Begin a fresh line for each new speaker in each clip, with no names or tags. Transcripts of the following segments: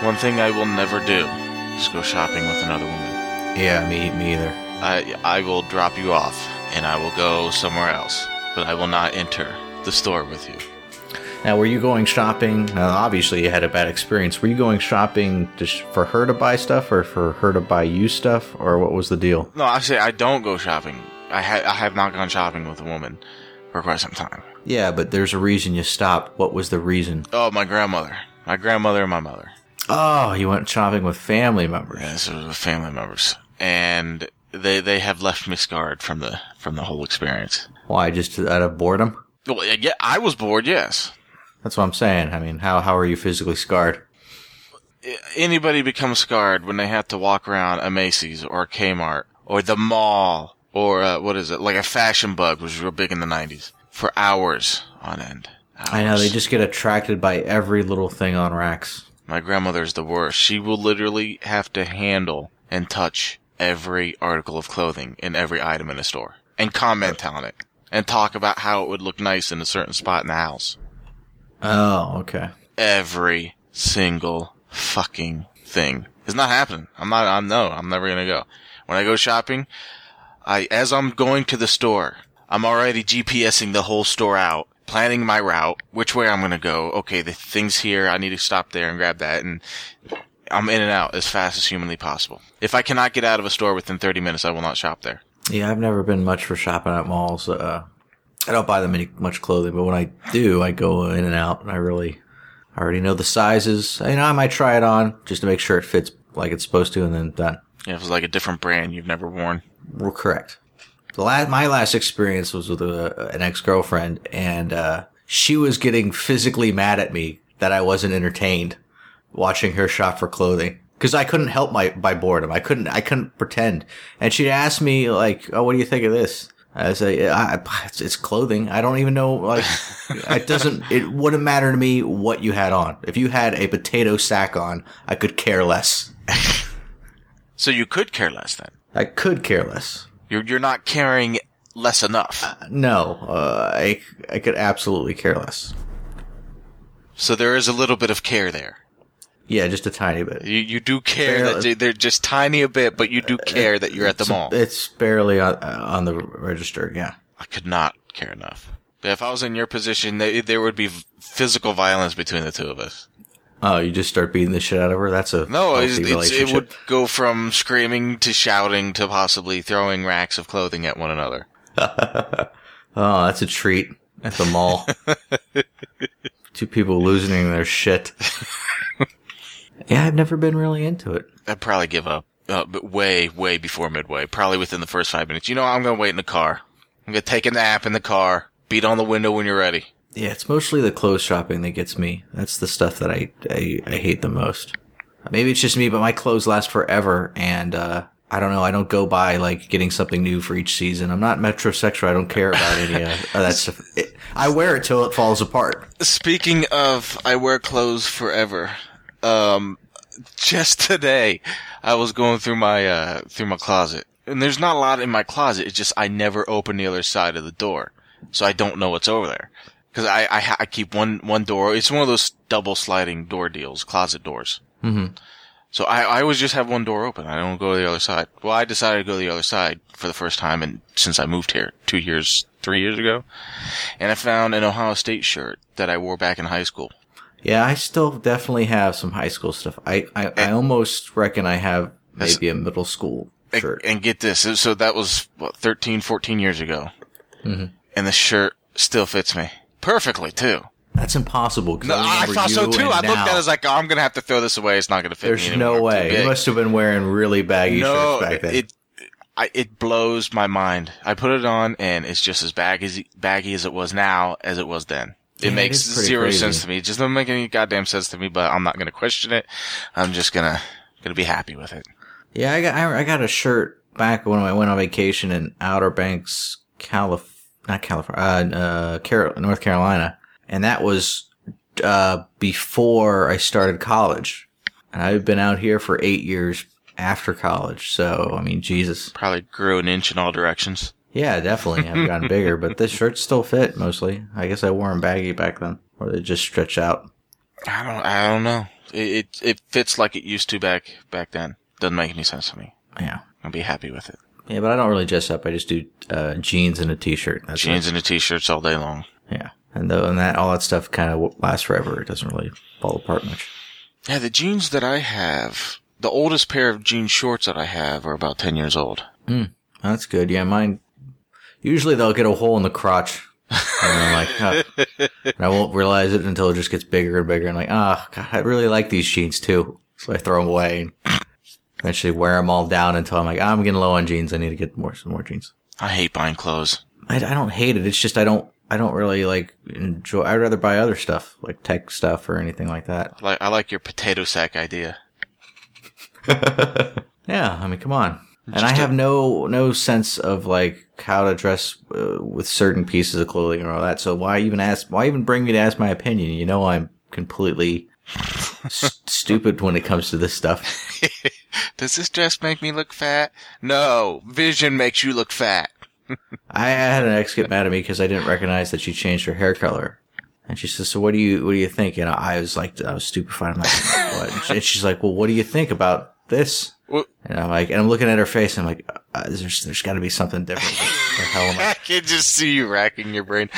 one thing I will never do is go shopping with another woman.
Yeah, me, me either.
I I will drop you off and I will go somewhere else, but I will not enter the store with you.
Now, were you going shopping? Now, obviously, you had a bad experience. Were you going shopping just for her to buy stuff, or for her to buy you stuff, or what was the deal?
No, I say I don't go shopping. I ha- I have not gone shopping with a woman for quite some time.
Yeah, but there's a reason you stopped. What was the reason?
Oh, my grandmother, my grandmother and my mother.
Oh, you went shopping with family members.
Yeah, this was with family members, and they they have left me scarred from the from the whole experience.
Why? Just out of boredom?
Well, yeah, I was bored. Yes,
That's what I'm saying. I mean, how how are you physically scarred?
anybody becomes scarred when they have to walk around a Macy's or a Kmart or the mall or uh, what is it like a fashion bug which was real big in the 90s for hours on end. Uh,
I know they
Hours.
just get attracted by every little thing on racks.
My grandmother's the worst. She will literally have to handle and touch every article of clothing and every item in a store and comment on it and talk about how it would look nice in a certain spot in the house.
Oh, okay.
Every single fucking thing. It's not happening. I'm not, I'm no, I'm never gonna go. When I go shopping, I, as I'm going to the store, I'm already GPSing the whole store out, planning my route, which way I'm gonna go. Okay, the thing's here, I need to stop there and grab that, and I'm in and out as fast as humanly possible. If I cannot get out of a store within 30 minutes, I will not shop there.
Yeah, I've never been much for shopping at malls. Uh, I don't buy them any much clothing, but when I do, I go in and out, and I really, I already know the sizes. You know, I might try it on just to make sure it fits like it's supposed to, and then done.
If it's like a different brand you've never worn.
We're correct. The last, my last experience was with a, an ex girlfriend, and uh, she was getting physically mad at me that I wasn't entertained watching her shop for clothing because I couldn't help my by boredom. I couldn't I couldn't pretend. And she asked me like, "Oh, what do you think of this?" I say, I, I- it's, "It's clothing. I don't even know. Like, it doesn't. It wouldn't matter to me what you had on. If you had a potato sack on, I could care less.
So you could care less then.
I could care less."
You're, you're not caring less enough.
No, uh, I I could absolutely care less.
So there is a little bit of care there.
Yeah, just a tiny bit.
You you do care
Fair-
that they- they're just tiny a bit, but you do care that you're at the mall.
It's barely on, uh, on the register. Yeah.
I could not care enough. But if I was in your position, they, there would be physical violence between the two of us.
Oh, you just start beating the shit out of her. That's a
No,
healthy
it's, it's, it
relationship.
would go from screaming to shouting to possibly throwing racks of clothing at one another.
Oh, that's a treat at the mall. Two people losing their shit. yeah, I've never been really into it.
I'd probably give up uh, but way, way before midway, probably within the first five minutes. You know, I'm going to wait in the car. I'm going to take a nap in the car, beat on the window when you're ready.
Yeah, it's mostly the clothes shopping that gets me. That's the stuff that I, I, I hate the most. Maybe it's just me, but my clothes last forever, and uh, I don't know. I don't go by like getting something new for each season. I'm not metrosexual. I don't care about any uh, of that stuff. It, I wear it till it falls apart.
Speaking of, I wear clothes forever. Um, just today, I was going through my uh, through my closet, and there's not a lot in my closet. It's just I never open the other side of the door, so I don't know what's over there. Because I, I ha- I keep one one door. It's one of those double sliding door deals, closet doors. Mm-hmm. So I, I always just have one door open. I don't go to the other side. Well, I decided to go to the other side for the first time, and since I moved here two years, three years ago, and I found an Ohio State shirt that I wore back in high school.
Yeah, I still definitely have some high school stuff. I, I, I almost reckon I have
That's-
maybe a middle school
And-
shirt.
And get this. So that was what, 13, 14 years ago.
Mm-hmm.
And the shirt still fits me perfectly too.
That's impossible. 'cause
No, I
remember
thought so
you
too.
and
I looked
now.
at it as like, oh, I'm going to have to throw this away. It's not going to fit me.
There's
anymore.
no
I'm too
way. You
big.
must have been wearing really baggy
no,
shirts back then.
it, I, it blows my mind. I put it on and it's just as baggy as, baggy as it was now as it was then. It
Yeah, it
makes
is pretty
zero
crazy.
sense to me. It just doesn't make any goddamn sense to me, but I'm not going to question it. I'm just going to, going to be happy with it.
Yeah, I got I, I got a shirt back when I went on vacation in Outer Banks, Calif, not California, uh, uh Carol- North Carolina, and that was uh, before I started college, and I've been out here for eight years after college. So I mean, Jesus,
Probably grew an inch in all directions.
yeah, definitely I've gotten bigger, but this shirts still fit mostly. I guess I wore them baggy back then, or they just stretch out.
I don't. I don't know. It, it it fits like it used to back back then. Doesn't make any sense to me.
Yeah.
I'll be happy with it.
Yeah, but I don't really dress up. I just do uh, jeans and a t-shirt. That's
Jeans and the t-shirts all day long.
it. Yeah, and though and that all that stuff kind of lasts forever. It doesn't really fall apart much.
Yeah, the jeans that I have, the oldest pair of jean shorts that I have are about ten years old.
That's good. Yeah, mine. Usually they'll get a hole in the crotch, and I'm like, "Huh." and I won't realize it until it just gets bigger and bigger. And like, ah, God, I really like these jeans too. So I throw them away and eventually wear them all down until I'm like, "Ah, I'm getting low on jeans. I need to get more some more jeans.
I hate buying clothes.
I, I don't hate it. It's just I don't I don't really like enjoy. I'd rather buy other stuff like tech stuff or anything like that.
Like I like your potato sack idea.
Yeah, I mean, come on. And I have no no sense of like how to dress uh, with certain pieces of clothing and all that. So why even ask? Why even bring me to ask my opinion? You know, I'm completely s- stupid when it comes to this stuff.
Does this dress make me look fat? No, vision makes you look fat.
I I had an ex get mad at me because I didn't recognize that she changed her hair color. And she says, "So what do you what do you think?" And I was like, I was stupefied. I'm like, "What?" And she's like, "Well, what do you think about this?"
Well-
And I'm like, and I'm looking at her face. And I'm like, uh, "There's there's got to be something different." What the hell am I
I can just see you racking your brain.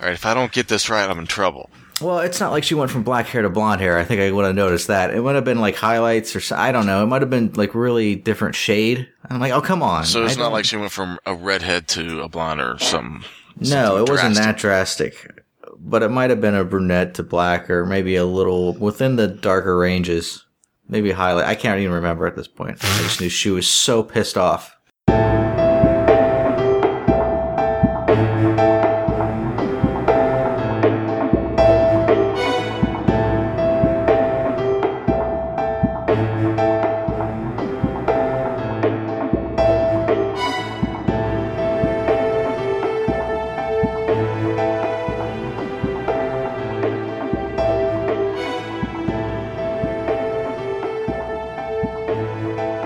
All right, if I don't get this right, I'm in trouble.
Well, it's not like she went from black hair to blonde hair. I think I would have noticed that. It would have been like highlights or so- I don't know. It might have been like really different shade. I'm like, oh come on.
So it's
I
not
don't-
like she went from a redhead to a blonde or something.
no, it wasn't that drastic, but it might have been a brunette to black or maybe a little within the darker ranges. Maybe highlight. I can't even remember at this point. I just knew she was so pissed off.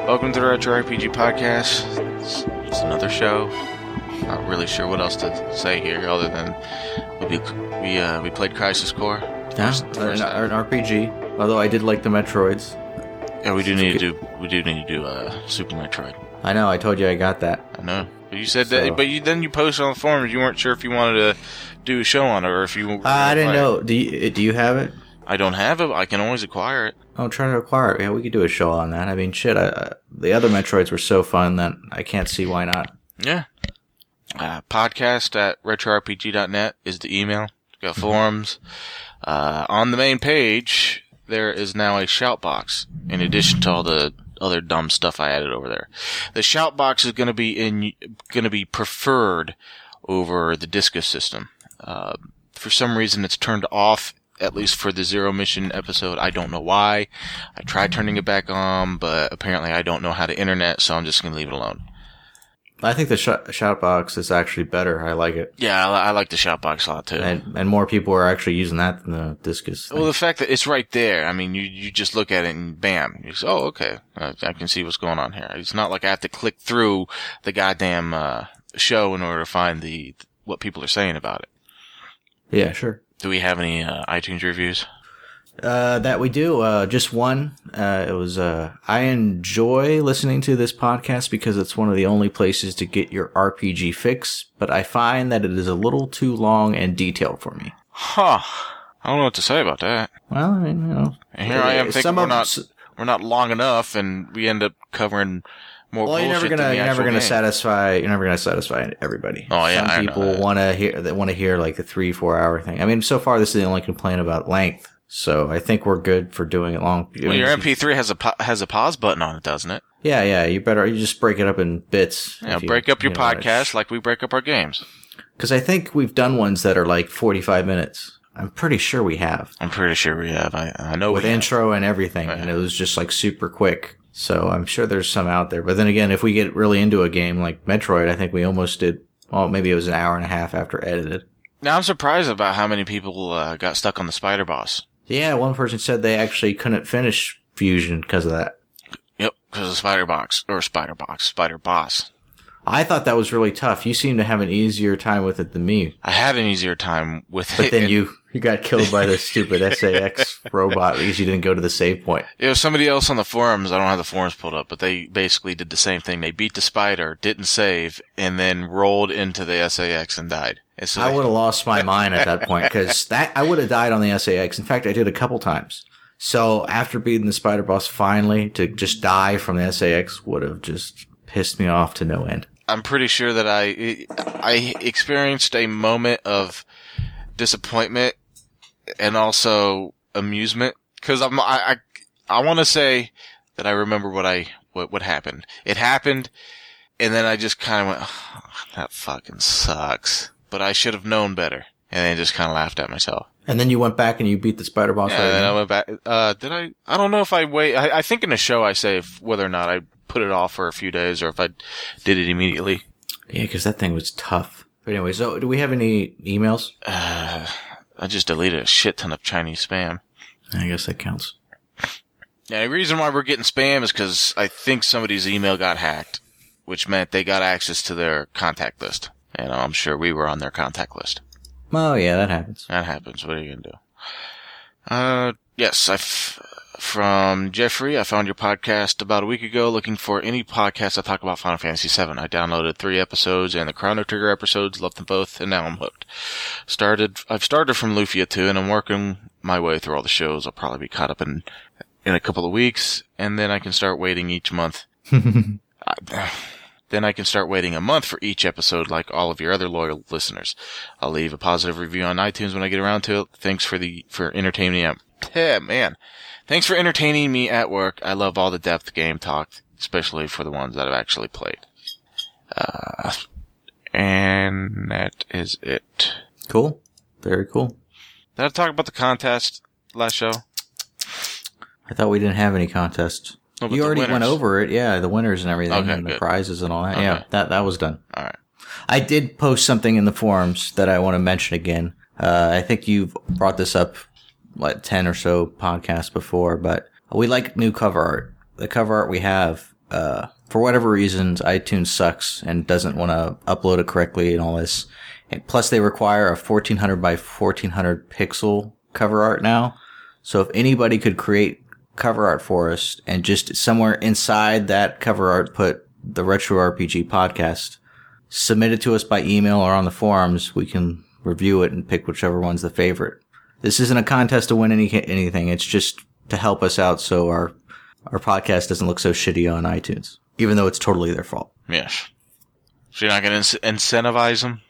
Welcome to the Retro RPG Podcast. It's, it's another show. Not really sure what else to say here other than we we uh, we played Crisis Core.
Yeah,
First-
an,
first-
an RPG. Although I did like the Metroids.
yeah, we do need to do we do need to do uh, Super Metroid.
I know. I told you I got that.
I know. But you said
So-
that, but you then you posted on the forums you weren't sure if you wanted to do a show on it or if you. were
Uh,
gonna
I didn't
play it.
know. Do you, do you have it?
I don't have it. but I can always acquire it.
I'm trying to acquire it. Yeah, we could do a show on that. I mean, shit, I, I, the other Metroids were so fun that I can't see why not.
Yeah. Uh, podcast at retrorpg.net is the email. Got forums. Uh, on the main page, there is now a shout box in addition to all the other dumb stuff I added over there. The shout box is going to be in, going to be preferred over the discus system. Uh, for some reason, it's turned off, at least for the zero mission episode. I don't know why. I tried turning it back on, but apparently I don't know how to internet, so I'm just going to leave it alone.
I think the sh- shout box is actually better. I like it.
Yeah, I, li- I like the shot box a lot too.
And, and more people are actually using that than the discus. thing.
well, the fact that it's right there, I mean, you, you just look at it and bam, you say, oh, okay, I, I can see what's going on here. It's not like I have to click through the goddamn uh, show in order to find the what people are saying about it.
yeah, sure.
Do we have any uh, iTunes reviews?
Uh, that we do. Uh, just one. Uh, it was. Uh, I enjoy listening to this podcast because it's one of the only places to get your RPG fix. But I find that it is a little too long and detailed for me.
Huh. I don't know what to say about that.
Well, I mean, you know, eh,
And here I am thinking
some
we're
of-
not we're not long enough, and we end up covering more
Well, you're
bullshit
never gonna
than the
you're never
actual
gonna
game.
satisfy you're never gonna satisfy everybody.
Oh, yeah,
some
I know
people
that.
want to hear that want to hear like the three four hour thing. I mean, so far this is the only complaint about length. So I think we're good for doing it long. I
Well,
mean,
your MP3 has a pa- has a pause button on it, doesn't it?
yeah, yeah. You better you just break it up in bits.
Yeah, break up your podcast like we break up our games.
because I think we've done ones that are like forty five minutes. I'm pretty sure we have
I'm pretty sure we have. I, I know
Oh, with
we have.
intro and everything, and it was just like super quick. So I'm sure there's some out there. But then again, if we get really into a game like Metroid, I think we almost did. Well, maybe it was an hour and a half after edited.
Now I'm surprised about how many people uh, got stuck on the spider boss.
Yeah, one person said they actually couldn't finish Fusion because of that.
Yep, because of the spider box or spider box, spider boss.
I thought that was really tough. You seem to have an easier time with it than me.
I had an easier time with
But
it.
then
and
you, you got killed by the stupid SAX robot because you didn't go to the save point.
It was somebody else on the forums. I don't have the forums pulled up, but they basically did the same thing. They beat the spider, didn't save, and then rolled into the SAX and died. And so
I
they-
would have lost my mind at that point because that I would have died on the SAX. In fact, I did a couple times. So after beating the spider boss, finally to just die from the SAX would have just pissed me off to no end.
I'm pretty sure that I I experienced a moment of disappointment and also amusement because I'm I I, I want to say that I remember what I what what happened. It happened, and then I just kind of went, "Oh, "That fucking sucks." But I should have known better, and then just kind of laughed at myself.
And then you went back and you beat the spider boss.
and then I
right
went back. Uh, did I? I don't know if I wait. I, I think in the show I say if, whether or not I put it off for a few days or if I did it immediately.
yeah, because that thing was tough. But anyway, so do we have any emails?
Uh, I just deleted a shit ton of Chinese spam.
I guess that counts.
Now, the reason why we're getting spam is because I think somebody's email got hacked, which meant they got access to their contact list. And I'm sure we were on their contact list.
Oh yeah, that happens.
That happens. What are you gonna do? Uh, yes, I f- from Jeffrey. I found your podcast about a week ago, looking for any podcast that talk about Final Fantasy VII. I downloaded three episodes and the Chrono Trigger episodes, loved them both, and now I'm hooked. Started. I've started from Lufia two, and I'm working my way through all the shows. I'll probably be caught up in in a couple of weeks, and then I can start waiting each month. I- then I can start waiting a month for each episode like all of your other loyal listeners. I'll leave a positive review on iTunes when I get around to it. Thanks for the for entertaining me. Yeah, man. Thanks for entertaining me at work. I love all the depth game talk, especially for the ones that I've actually played. Uh, and that is it.
Cool. Very cool.
Did I talk about the contest last show?
I thought we didn't have any contests.
No, Oh, but
you
the
already went
winners.
over it, yeah. The winners and everything,
Okay,
and the
good.
prizes and all that. Yeah,
Okay.
that that was done.
All right.
I did post something in the forums that I want to mention again. Uh, I think you've brought this up like 10 or so podcasts before, but we like new cover art. The cover art we have, uh, for whatever reasons, iTunes sucks and doesn't want to upload it correctly and all this. And plus, they require a 1400 by 1400 pixel cover art now. So if anybody could create cover art for us and just somewhere inside that cover art put the Retro RPG podcast, submit it to us by email or on the forums. We can review it and pick whichever one's the favorite. This isn't a contest to win any anything. It's just to help us out so our our podcast doesn't look so shitty on iTunes, even though it's totally their fault.
Yes. So you're not going to incentivize them?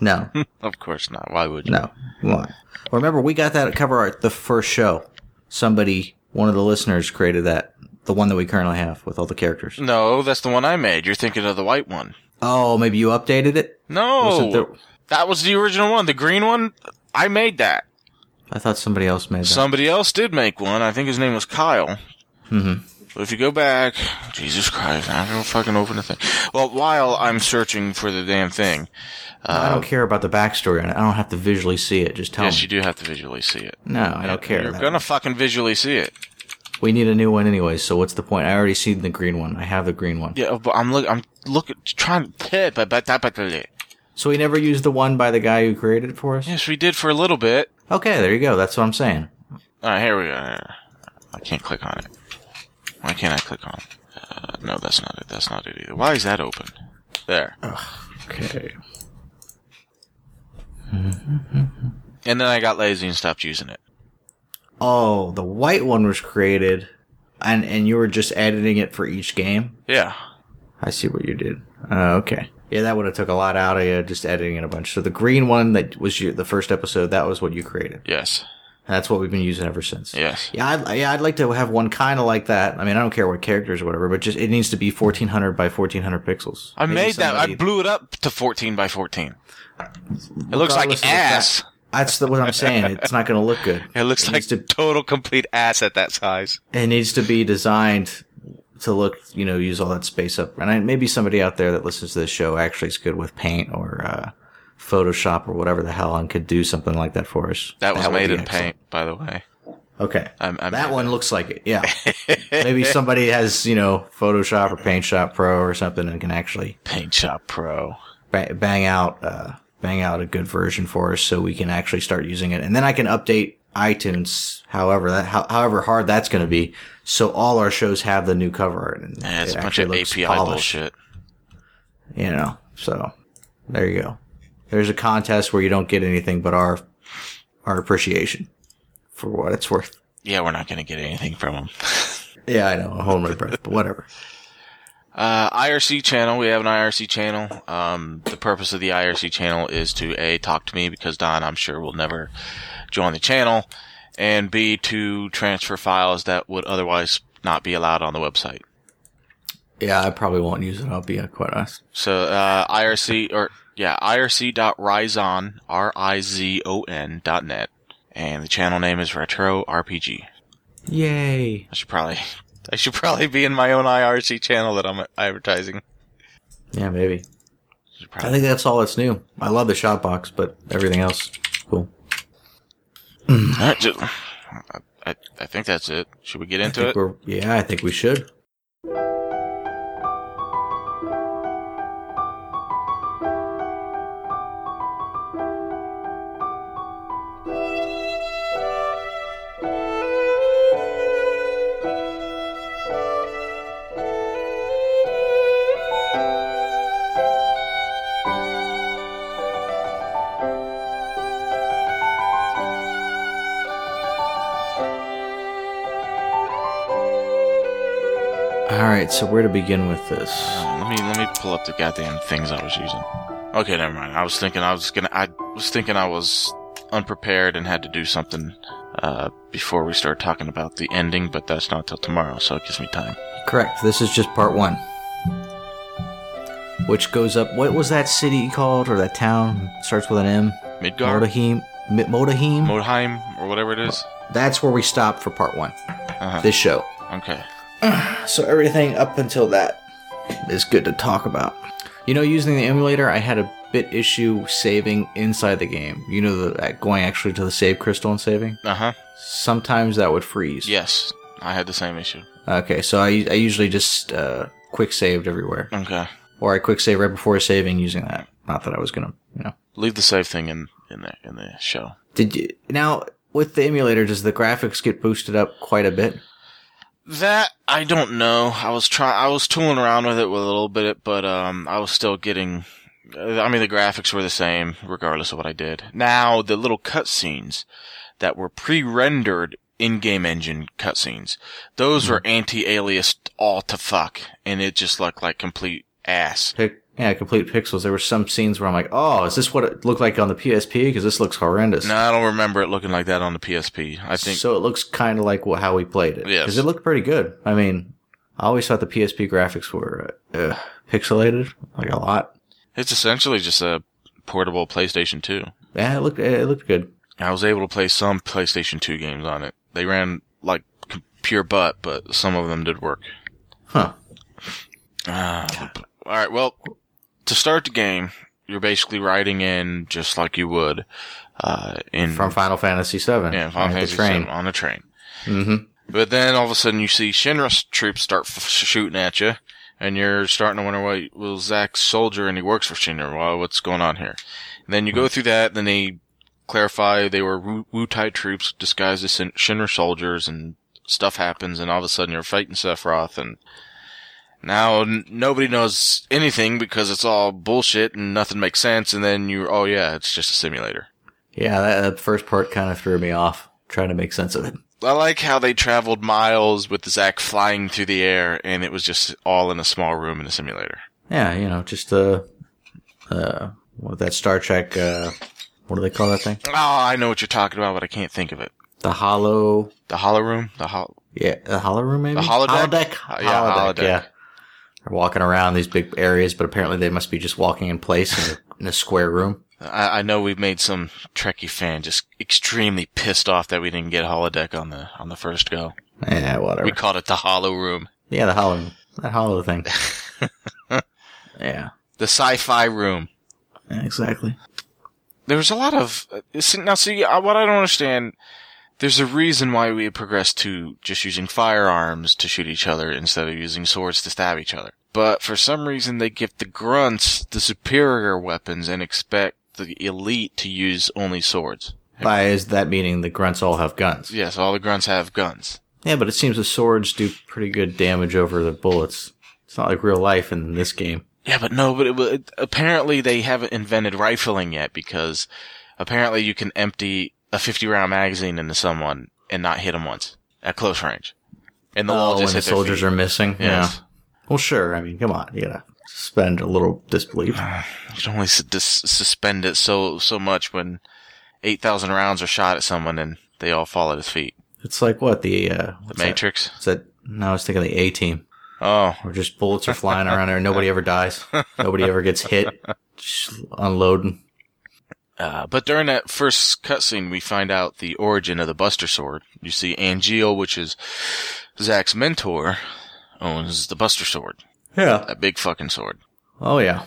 No,
Of course not. Why would you?
no, why? Remember, we got that cover art the first show. Somebody, one of the listeners, created that, the one that we currently have with all the characters.
No, that's the one I made. You're thinking of the white one.
Oh, maybe you updated it.
No,
Wasn't there-
that was the original one. The green one, I made that.
I thought somebody else made that.
Somebody else did make one. I think his name was Kyle. Mm-hmm. But if you go back, Jesus Christ, I don't fucking open the thing. Well, while I'm searching for the damn thing,
I don't care about the backstory on it. I don't have to visually see it. Just tell
yes,
me.
you do have to visually see it.
no, I Oh. don't care.
You're
That-
gonna fucking visually see it.
We need a new one anyway, so what's the point? I already seen the green one. I have the green one.
Yeah, but I'm look, I'm looking, trying to.
So we never used the one by the guy who created it for us?
Yes, we did for a little bit.
Okay, there you go. That's what I'm saying.
All right, here we go. I can't click on it. Why can't I click on it? Uh, no, that's not it. That's not it either. Why is that open? There.
Okay.
And then I got lazy and stopped using it.
Oh, the white one was created and and you were just editing it for each game?
Yeah.
I see what you did. Uh, okay. Yeah, that would have took a lot out of you just editing it a bunch. So the green one that was your, the first episode, that was what you created.
Yes.
And that's what we've been using ever since.
Yes.
Yeah, I'd, yeah, I'd like to have one kind of like that. I mean, I don't care what characters or whatever, but just it needs to be 1400 by 1400 pixels.
I
Maybe
made that. I
somebody-
blew it up to 14 by 14. It looks like
regardless of the
ass.
fact- That's the, what I'm saying. It's not going to look good.
It looks like
needs to-
total complete ass at that size.
It needs to be designed to look, you know, use all that space up. And I, maybe somebody out there that listens to this show actually is good with Paint or uh, Photoshop or whatever the hell and could do something like that for us.
That was
would
made
be
in
excellent.
paint, by the way.
Okay.
I'm, I'm
that one looks like it. Yeah. Maybe somebody has, you know, Photoshop or Paint Shop Pro or something and can actually
Paint Shop Pro.
ba- bang out uh, bang out a good version for us so we can actually start using it and then i can update itunes however that how, however hard that's going to be so all our shows have the new cover art and
Yeah, it's
it
a bunch
actually
of
looks
API bullshit.
you know so there you go there's a contest where you don't get anything but our our appreciation for what it's worth
Yeah, we're not gonna get anything from them.
yeah i know i'm holding my breath but whatever
Uh, IRC channel. We have an IRC channel. Um, the purpose of the IRC channel is to a talk to me because Don, I'm sure, will never join the channel, and b to transfer files that would otherwise not be allowed on the website.
yeah i probably won't use it i'll be uh, quite honest
So uh, IRC or yeah, irc.rizon r i z o n dot net, and the channel name is Retro RPG.
yay
I should probably I should probably be in my own IRC channel that I'm advertising.
yeah maybe
Should
I
probably-
think that's all that's new. I love the shot box, but everything else, cool.
All right, ju- I, I, I think that's it. Should we get
I think
into it?
we're- yeah, I think we should. All right, so where to begin with this?
Let me let me pull up the goddamn things I was using. Okay, never mind. I was thinking I was gonna I was thinking I was unprepared and had to do something uh, before we start talking about the ending, but that's not till tomorrow, so it gives me time.
Correct. This is just part one, which goes up. What was that city called or that town? Starts with an M.
Midgard,
Modahim. Mi- Modahim.
Modheim, or whatever it is.
that's where we stop for part one.
Uh-huh.
This show.
Okay.
So everything up until that is good to talk about. You know, using the emulator, I had a bit issue saving inside the game. You know, the, going actually to the save crystal and saving.
Uh huh.
Sometimes that would freeze.
Yes, I had the same issue.
Okay, so I, I usually just uh, quick saved everywhere,
Okay.
or I quick save right before saving using that. Not that I was gonna, you know.
Leave the save thing in in the in the show.
Did you now with the emulator? Does the graphics get boosted up quite a bit?
That I don't know. I was trying. I was tooling around with it with a little bit, but um, I was still getting. uh, I mean, the graphics were the same regardless of what I did. Now the little cutscenes that were pre-rendered in-game engine cutscenes, those were anti-aliased all to fuck, and it just looked like complete ass.
Pic- yeah, complete pixels. There were some scenes where I'm like, oh, is this what it looked like on the PSP? Because this looks horrendous.
No, I don't remember it looking like that on the PSP. I think
so it looks kind of like wha- how we played it.
Yes.
Because it looked pretty good. I mean, I always thought the PSP graphics were uh, uh, pixelated like a lot.
it's essentially just a portable PlayStation 2.
Yeah, it looked it looked good.
I was able to play some PlayStation 2 games on it. They ran like c- pure butt, but some of them did work.
Huh.
Ah, all right. Well, to start the game, you're basically writing in just like you would uh, in
From Final Fantasy VII.
yeah, Final Fantasy VII on a train.
Mm-hmm.
But then all of a sudden, you see Shinra's troops start f- shooting at you, and you're starting to wonder, well, well Zack's soldier and he works for Shinra. Well, what's going on here? And then you go through that, then they clarify they were Wu- Wu-Tai troops disguised as Shin- Shinra soldiers, and stuff happens, and all of a sudden you're fighting Sephiroth, and now n- nobody knows anything because it's all bullshit and nothing makes sense, and then you're, oh yeah, it's just a simulator.
Yeah, that, that first part kind of threw me off trying to make sense of it.
I like how they traveled miles with Zack flying through the air, and it was just all in a small room in a simulator.
Yeah, you know, just uh, uh, what that Star Trek? Uh, what do they call that thing?
Oh, I know what you're talking about, but I can't think of it.
The hollow.
The hollow room, the hollow.
Yeah, the hollow room maybe.
The holodeck?
Holodeck.
Uh, yeah, holodeck.
Yeah. They're walking around these big areas, but apparently they must be just walking in place in a, in a square room.
I, I know we've made some Trekkie fan just extremely pissed off that we didn't get holodeck on the on the first go.
Yeah, whatever.
We called it the hollow room,
yeah, the hollow. That hollow thing. yeah.
the sci-fi room.
yeah, Exactly.
uh, There was a lot of uh, see- now. See, I, what I don't understand. There's a reason why we had progressed to just using firearms to shoot each other instead of using swords to stab each other. But for some reason, they give the grunts the superior weapons and expect the elite to use only swords.
By is that meaning the grunts all have guns?
Yes, all the grunts have guns.
Yeah, but it seems the swords do pretty good damage over the bullets. It's not like real life in this game.
Yeah, but no, but it, wa- it, apparently they haven't invented rifling yet because apparently you can empty a 50 round magazine into someone and not hit them once at close range. And the wall
oh, when
just
the
hit
soldiers are missing.
Yes.
Yeah. Well, sure. I mean, come on. You gotta suspend a little disbelief.
You can only s- dis- suspend it so, so much when 8,000 rounds are shot at someone and they all fall at his feet.
It's like what the uh,
The
what's that?
Matrix.
Is that no? I was thinking the A Team,
Oh,
where just bullets are flying around there, and nobody ever dies, nobody ever gets hit, just unloading.
Uh, but during that first cutscene, we find out the origin of the Buster Sword. You see, Angeal, which is Zack's mentor, owns the Buster Sword,
Yeah.
that big fucking sword,
Oh yeah.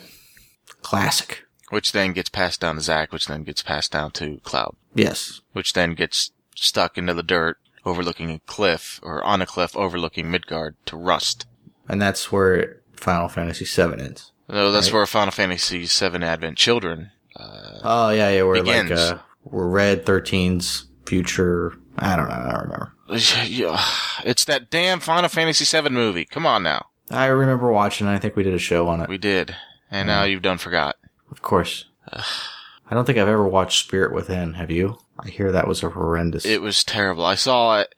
Classic.
which then gets passed down to Zack, which then gets passed down to Cloud,
Yes.
which then gets stuck into the dirt, overlooking a cliff or on a cliff overlooking Midgard to rust.
And that's where Final Fantasy VII ends.
So that's
Right.
where Final Fantasy VII Advent Children. Uh,
Oh yeah, yeah. We're like
Begins.
uh, we're Red 13's future. I don't know. I don't remember.
yeah, it's that damn Final Fantasy VII movie. Come on now,
I remember watching. I think we did a show on it.
we did, and now you've done forgot.
Of course. I don't think I've ever watched Spirit Within. Have you? I hear that was a horrendous.
It was terrible. I saw it.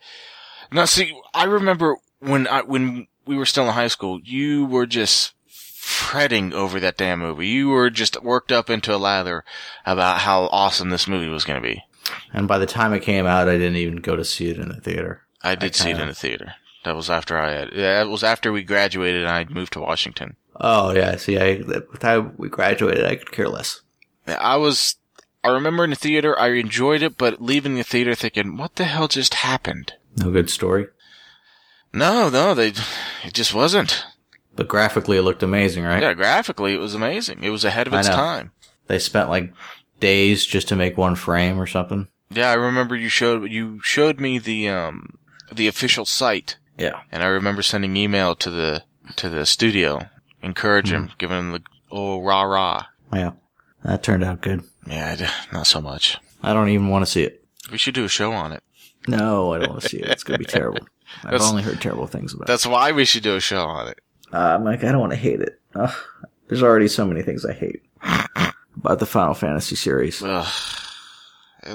Now, see, I remember when I when we were still in high school, you were just fretting over that damn movie. You were just worked up into a lather about how awesome this movie was going to be.
and by the time it came out, I didn't even go to see it in the theater.
I did see it in
kinda-
the theater. That was after I had. yeah, That was after we graduated and I moved to Washington.
Oh yeah. See, I by the time we graduated, I could care less.
I was. I remember in the theater, I enjoyed it, but leaving the theater thinking, "What the hell just happened?"
No good story.
No, no, they. It just wasn't.
But graphically, it looked amazing, right?
Yeah, graphically, it was amazing. It was ahead of
I
its
know.
time.
They spent like days just to make one frame or something.
Yeah, I remember you showed you showed me the um the official site,
Yeah.
and I remember sending email to the to the studio, encourage him, giving him the oh rah rah.
Yeah. That turned out good.
Yeah, I d- not so much.
I don't even want to see it.
We should do a show on it.
No, I don't want to see it. It's gonna be terrible. I've
That's-
only heard terrible things about it.
That's why we should do a show on it.
Uh, I'm like, I don't want to hate it. Ugh, there's already so many things I hate about the Final Fantasy series.
Ugh.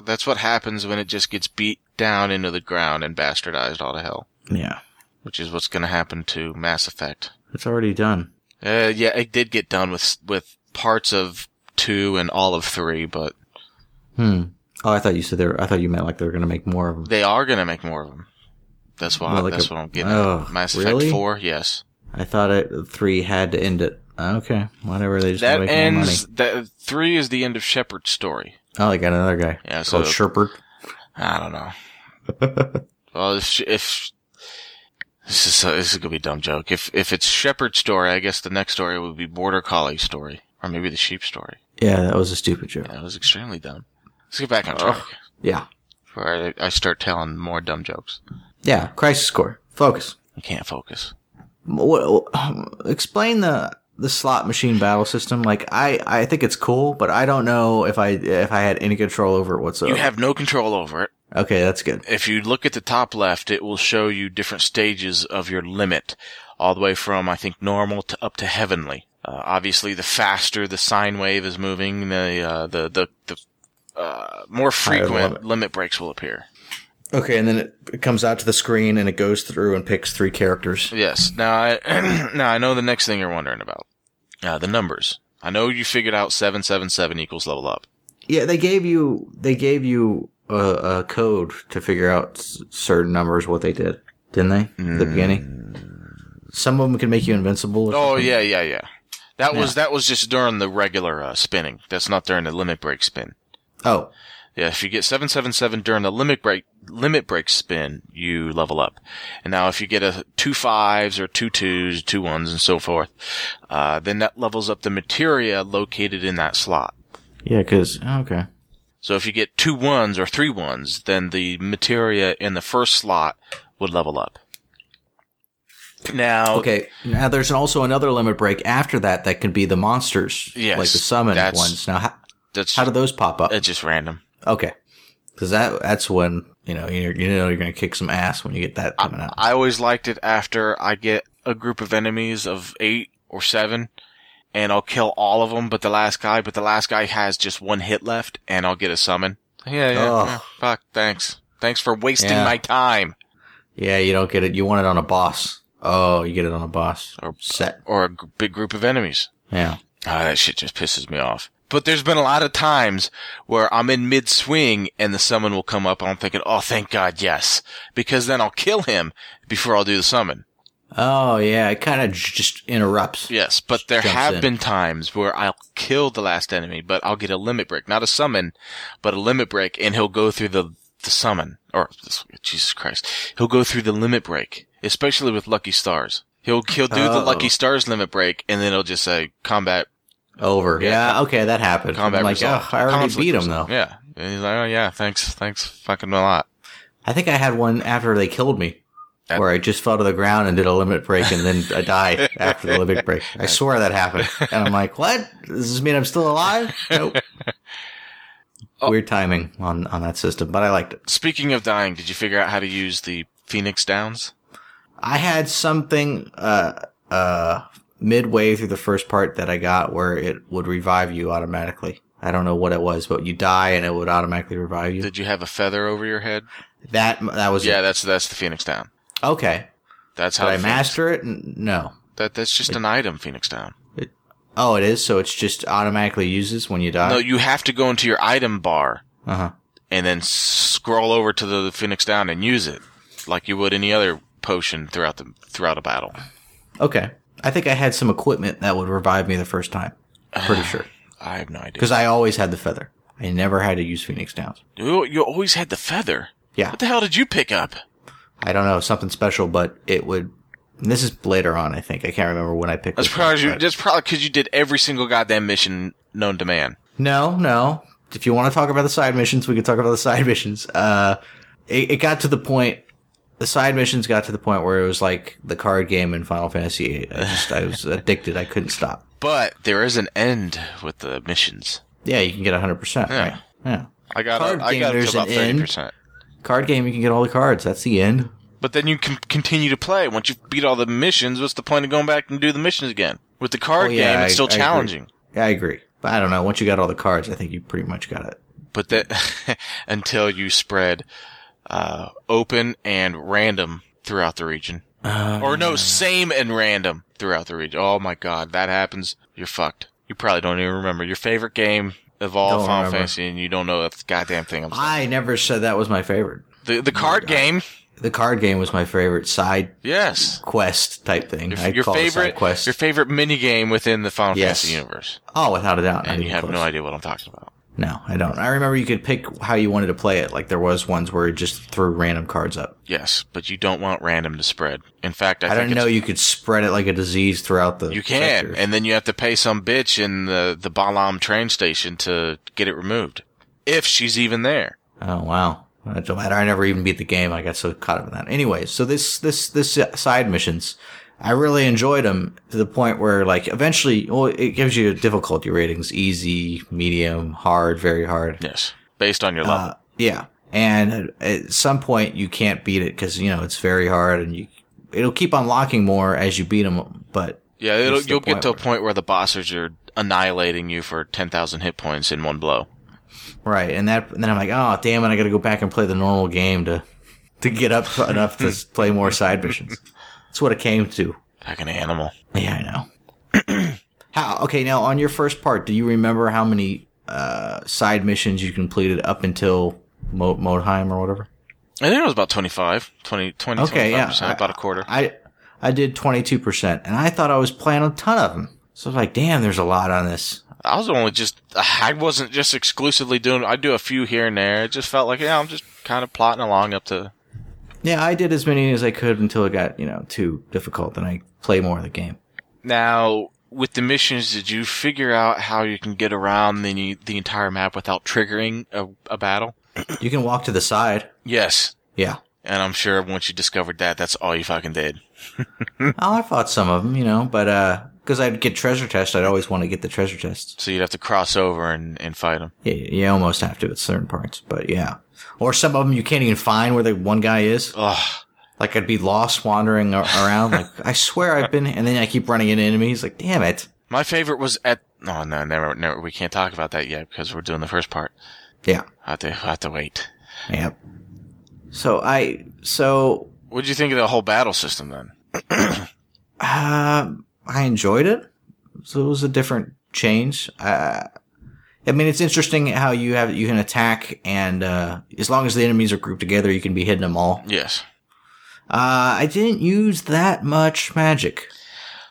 That's what happens when it just gets beat down into the ground and bastardized all to hell,
Yeah,
which is what's going to happen to Mass Effect.
it's already done.
Uh, yeah, it did get done with with parts of two and all of three, but
Hmm. Oh, I thought you said they were, I thought you meant like they were going to make more of them.
They are gonna make more of them. That's why.
Well, like
that's
a-
what I'm getting.
oh,
at. Mass
really?
Effect Four, yes.
I thought it three had to end it. Uh, Okay, whatever. They just
that
make
ends. That three is the end of Shepard's story.
more money. Oh, they got another guy
Yeah. So
called Sherpert.
I don't know. well, if, sh- if this is a, this is gonna be a dumb joke. If if it's Shepard's story, I guess the next story would be Border Collie story, or maybe the Sheep story.
Yeah, that was a stupid joke.
That was extremely dumb. Let's get back on track.
Yeah,
Before I, I start telling more dumb jokes.
yeah. Crisis Core. Focus.
I can't focus.
What, um, explain the the slot machine battle system. Like, I I think it's cool, but I don't know if I if I had any control over it whatsoever.
You have no control over it.
okay, that's good.
if you look at the top left, it will show you different stages of your limit, all the way from I think normal to up to heavenly. Uh, obviously, the faster the sine wave is moving, the uh, the the, the uh, more frequent
limit.
limit. breaks will appear.
Okay, and then it, it comes out to the screen and it goes through and picks three characters.
Yes. Now, I, now I know the next thing you're wondering about uh, the numbers. I know you figured out seven seven seven equals level up.
Yeah, they gave you they gave you a, a code to figure out s- certain numbers what they did, didn't they?
Hmm.
At the beginning, some of them can make you invincible. or
Oh
something.
yeah, yeah, yeah. That was that was just during the regular uh, spinning. That's not during the limit break spin.
Oh,
Yeah, if you get 777 during the limit break, limit break spin, you level up. And now if you get a two fives or two twos, two ones and so forth, uh, then that levels up the materia located in that slot.
yeah, because okay,
So if you get two ones or three ones, then the materia in the first slot would level up. Now,
Okay. Now there's also another limit break after that that can be the monsters,
Yes,
like the summon
that's-
ones. Now, how,
that's
how do those pop up?
that's just random.
Okay, because that that's when you know you you know you're gonna kick some ass when you get that coming out.
I always liked it after I get a group of enemies of eight or seven, and I'll kill all of them but the last guy. But the last guy has just one hit left, and I'll get a summon. Yeah, yeah.
Ugh.
yeah, fuck. Thanks. Thanks for wasting
Yeah.
my time.
Yeah, you don't get it. You want it on a boss. Oh, you get it on a boss
Or-
set.
Or a g- big group of enemies.
Yeah.
Ah, that shit just pisses me off. But there's been a lot of times where I'm in mid swing and the summon will come up and I'm thinking, oh, thank God, yes. Because then I'll kill him before I'll do the summon.
Oh yeah, it kind of just interrupts.
Yes, but there
Jumps
have
in.
been times where I'll kill the last enemy, but I'll get a limit break. Not a summon, but a limit break and he'll go through the, the summon. Or, Jesus Christ. He'll go through the limit break, especially with Lucky Stars. He'll, he'll do the
Oh.
Lucky Stars limit break and then he'll just say combat
Over.
Yeah.
Yeah. okay, that happened.
combat
I'm like,
resolved.
oh, I already
Conflict
beat him though.
resolved. Yeah. And he's like, oh yeah, thanks, thanks fucking a lot.
I think I had one after they killed me,
That-
where I just fell to the ground and did a limit break, and then I died after the limit break. I swear that happened, and I'm like, "What? Does this mean I'm still alive?" Nope.
Oh.
Weird timing on on that system, but I liked it.
Speaking of dying, did you figure out how to use the Phoenix Downs?
I had something uh uh midway through the first part that I got where it would revive you automatically. I don't know what it was, but you die and it would automatically revive you.
Did you have a feather over your head?
That that was
Yeah, that's that's the Phoenix Down.
okay.
That's
Did
how
I
the Phoenix-
master it? N- No.
that that's just an item, Phoenix Down.
Oh, it is. So it's just automatically uses when you die.
No, you have to go into your item bar
uh huh.
and then scroll over to the Phoenix Down and use it like you would any other potion throughout the throughout a battle.
Okay. I think I had some equipment that would revive me the first time. Pretty sure,
I have no idea.
because I always had the feather. I never had to use Phoenix Downs.
You, you always had the feather.
Yeah,
What the hell did you pick up?
I don't know something special, but it would. and This is later on, I think. I can't remember when I picked.
That's
this
probably
up, but-
that's probably because you did every single goddamn mission known to man.
No, no. If you want to talk about the side missions, we can talk about the side missions. Uh, it, it got to the point. The side missions got to the point where it was like the card game in Final Fantasy VIII. I just I was addicted. I couldn't stop.
But there is an end with the missions.
Yeah, you can get hundred percent.
Yeah.
Right? Yeah.
I got
Card
up, I got up to
gamers
about
an
thirty
end.
percent.
Card game, you can get all the cards. That's the end.
But then you can continue to play once you beat all the missions. What's the point of going back and do the missions again? With the card
Oh, yeah,
game, it's
I-
still
I agree.
challenging.
Yeah, I agree. But I don't know. Once you got all the cards, I think you pretty much got it.
But that until you spread uh, open and random throughout the region,
Uh,
or
Ah.
no, same and random throughout the region. Oh my god, that happens. You're fucked. You probably don't even remember your favorite game of all
Don't
Final
remember.
Fantasy, and you don't know that goddamn thing. I'm
I Oh never said that was my favorite.
The the card game,
The card game was my favorite side
yes.
quest type thing.
Your,
I
your
call it a side
favorite
quest.
your favorite mini game within the Final
Yes.
Fantasy universe,
oh, without a doubt. not
and you
even
have
close.
no idea what I'm talking about.
No, I don't. I remember you could pick how you wanted to play it. Like there was ones where it just threw random cards up.
Yes, but you don't want random to spread. In fact, I,
I,
think
don't know.
it's-
You could spread it like a disease throughout the.
You can,
sectors.
and then you have to pay some bitch in the the Balam train station to get it removed, if she's even there.
oh wow, it don't matter. I never even beat the game. I got so caught up in that. Anyway, so this this this uh, side missions, I really enjoyed them to the point where like eventually, well, it gives you difficulty ratings: easy, medium, hard, very hard.
Yes, based on your level.
Uh, yeah, and at, at some point you can't beat it because you know it's very hard, and you it'll keep unlocking more as you beat them. But
yeah, it'll,
it's the
you'll get
point
to a
where-
point where the bosses are annihilating you for ten thousand hit points in one blow.
right, and that and then I'm like, oh damn it, I got to go back and play the normal game to to get up enough to s- play more side missions. That's what it came to.
Like an animal.
Yeah, I know. how okay now on your first part? Do you remember how many uh, side missions you completed up until Mo- Modheim or whatever?
I think it was about 25, 20, 20
Okay, yeah,
25%,
I-
about a quarter.
I I did 22%, and I thought I was playing a ton of them. So I was like, damn, there's a lot on this.
I was only just, I wasn't just exclusively doing, I do a few here and there. It just felt like, yeah, I'm just kind of plotting along up to,
Yeah, I did as many as I could until it got, you know, too difficult, and I play more of the game.
now, with the missions, did you figure out how you can get around the the entire map without triggering a, a battle?
You can walk to the side.
Yes.
Yeah.
And I'm sure once you discovered that, that's all you fucking did.
Oh, I fought some of them, you know, but uh, because I'd get treasure chests, I'd always want to get the treasure chests.
So you'd have to cross over and, and fight them.
Yeah, you almost have to at certain parts, but yeah. Or some of them you can't even find where the one guy is.
Ugh.
Like I'd be lost wandering a- around. like I swear I've been, and then I keep running into enemies. Like damn it.
My favorite was at. No, no, never, never. We can't talk about that yet because we're doing the first part.
Yeah.
I have to, I have to wait.
Yep. So I so
What did you think of the whole battle system then?
Uh, I enjoyed it. So it was a different change. Uh, I mean, it's interesting how you have you can attack, and uh, as long as the enemies are grouped together, you can be hitting them all.
Yes.
Uh, I didn't use that much magic.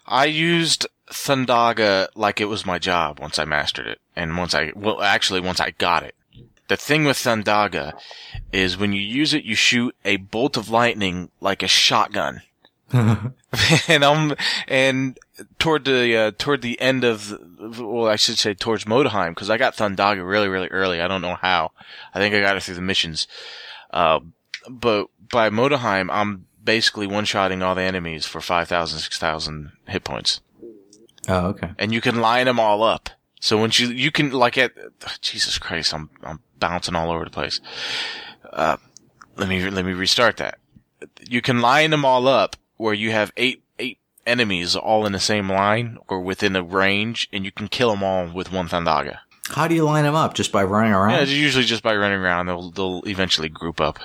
I used Thundaga like it was my job once I mastered it. And once I, well, actually, once I got it. The thing with Thundaga is when you use it, you shoot a bolt of lightning like a shotgun.
Oh,
and I'm, and toward the, uh, toward the end of, the- well, I should say towards Modaheim, because I got Thundaga really, really early. I don't know how. I think I got it through the missions. Uh, but by Modaheim, I'm basically one-shotting all the enemies for 5,000, 6,000 hit points
oh, okay.
and you can line them all up. So once you you can like at Jesus Christ, I'm I'm bouncing all over the place. Uh, let me let me restart that. You can line them all up where you have eight eight enemies all in the same line or within a range, and you can kill them all with one Thandaga.
How do you line them up? Just by running around,
Yeah, it's usually just by running around, they'll they'll eventually group up.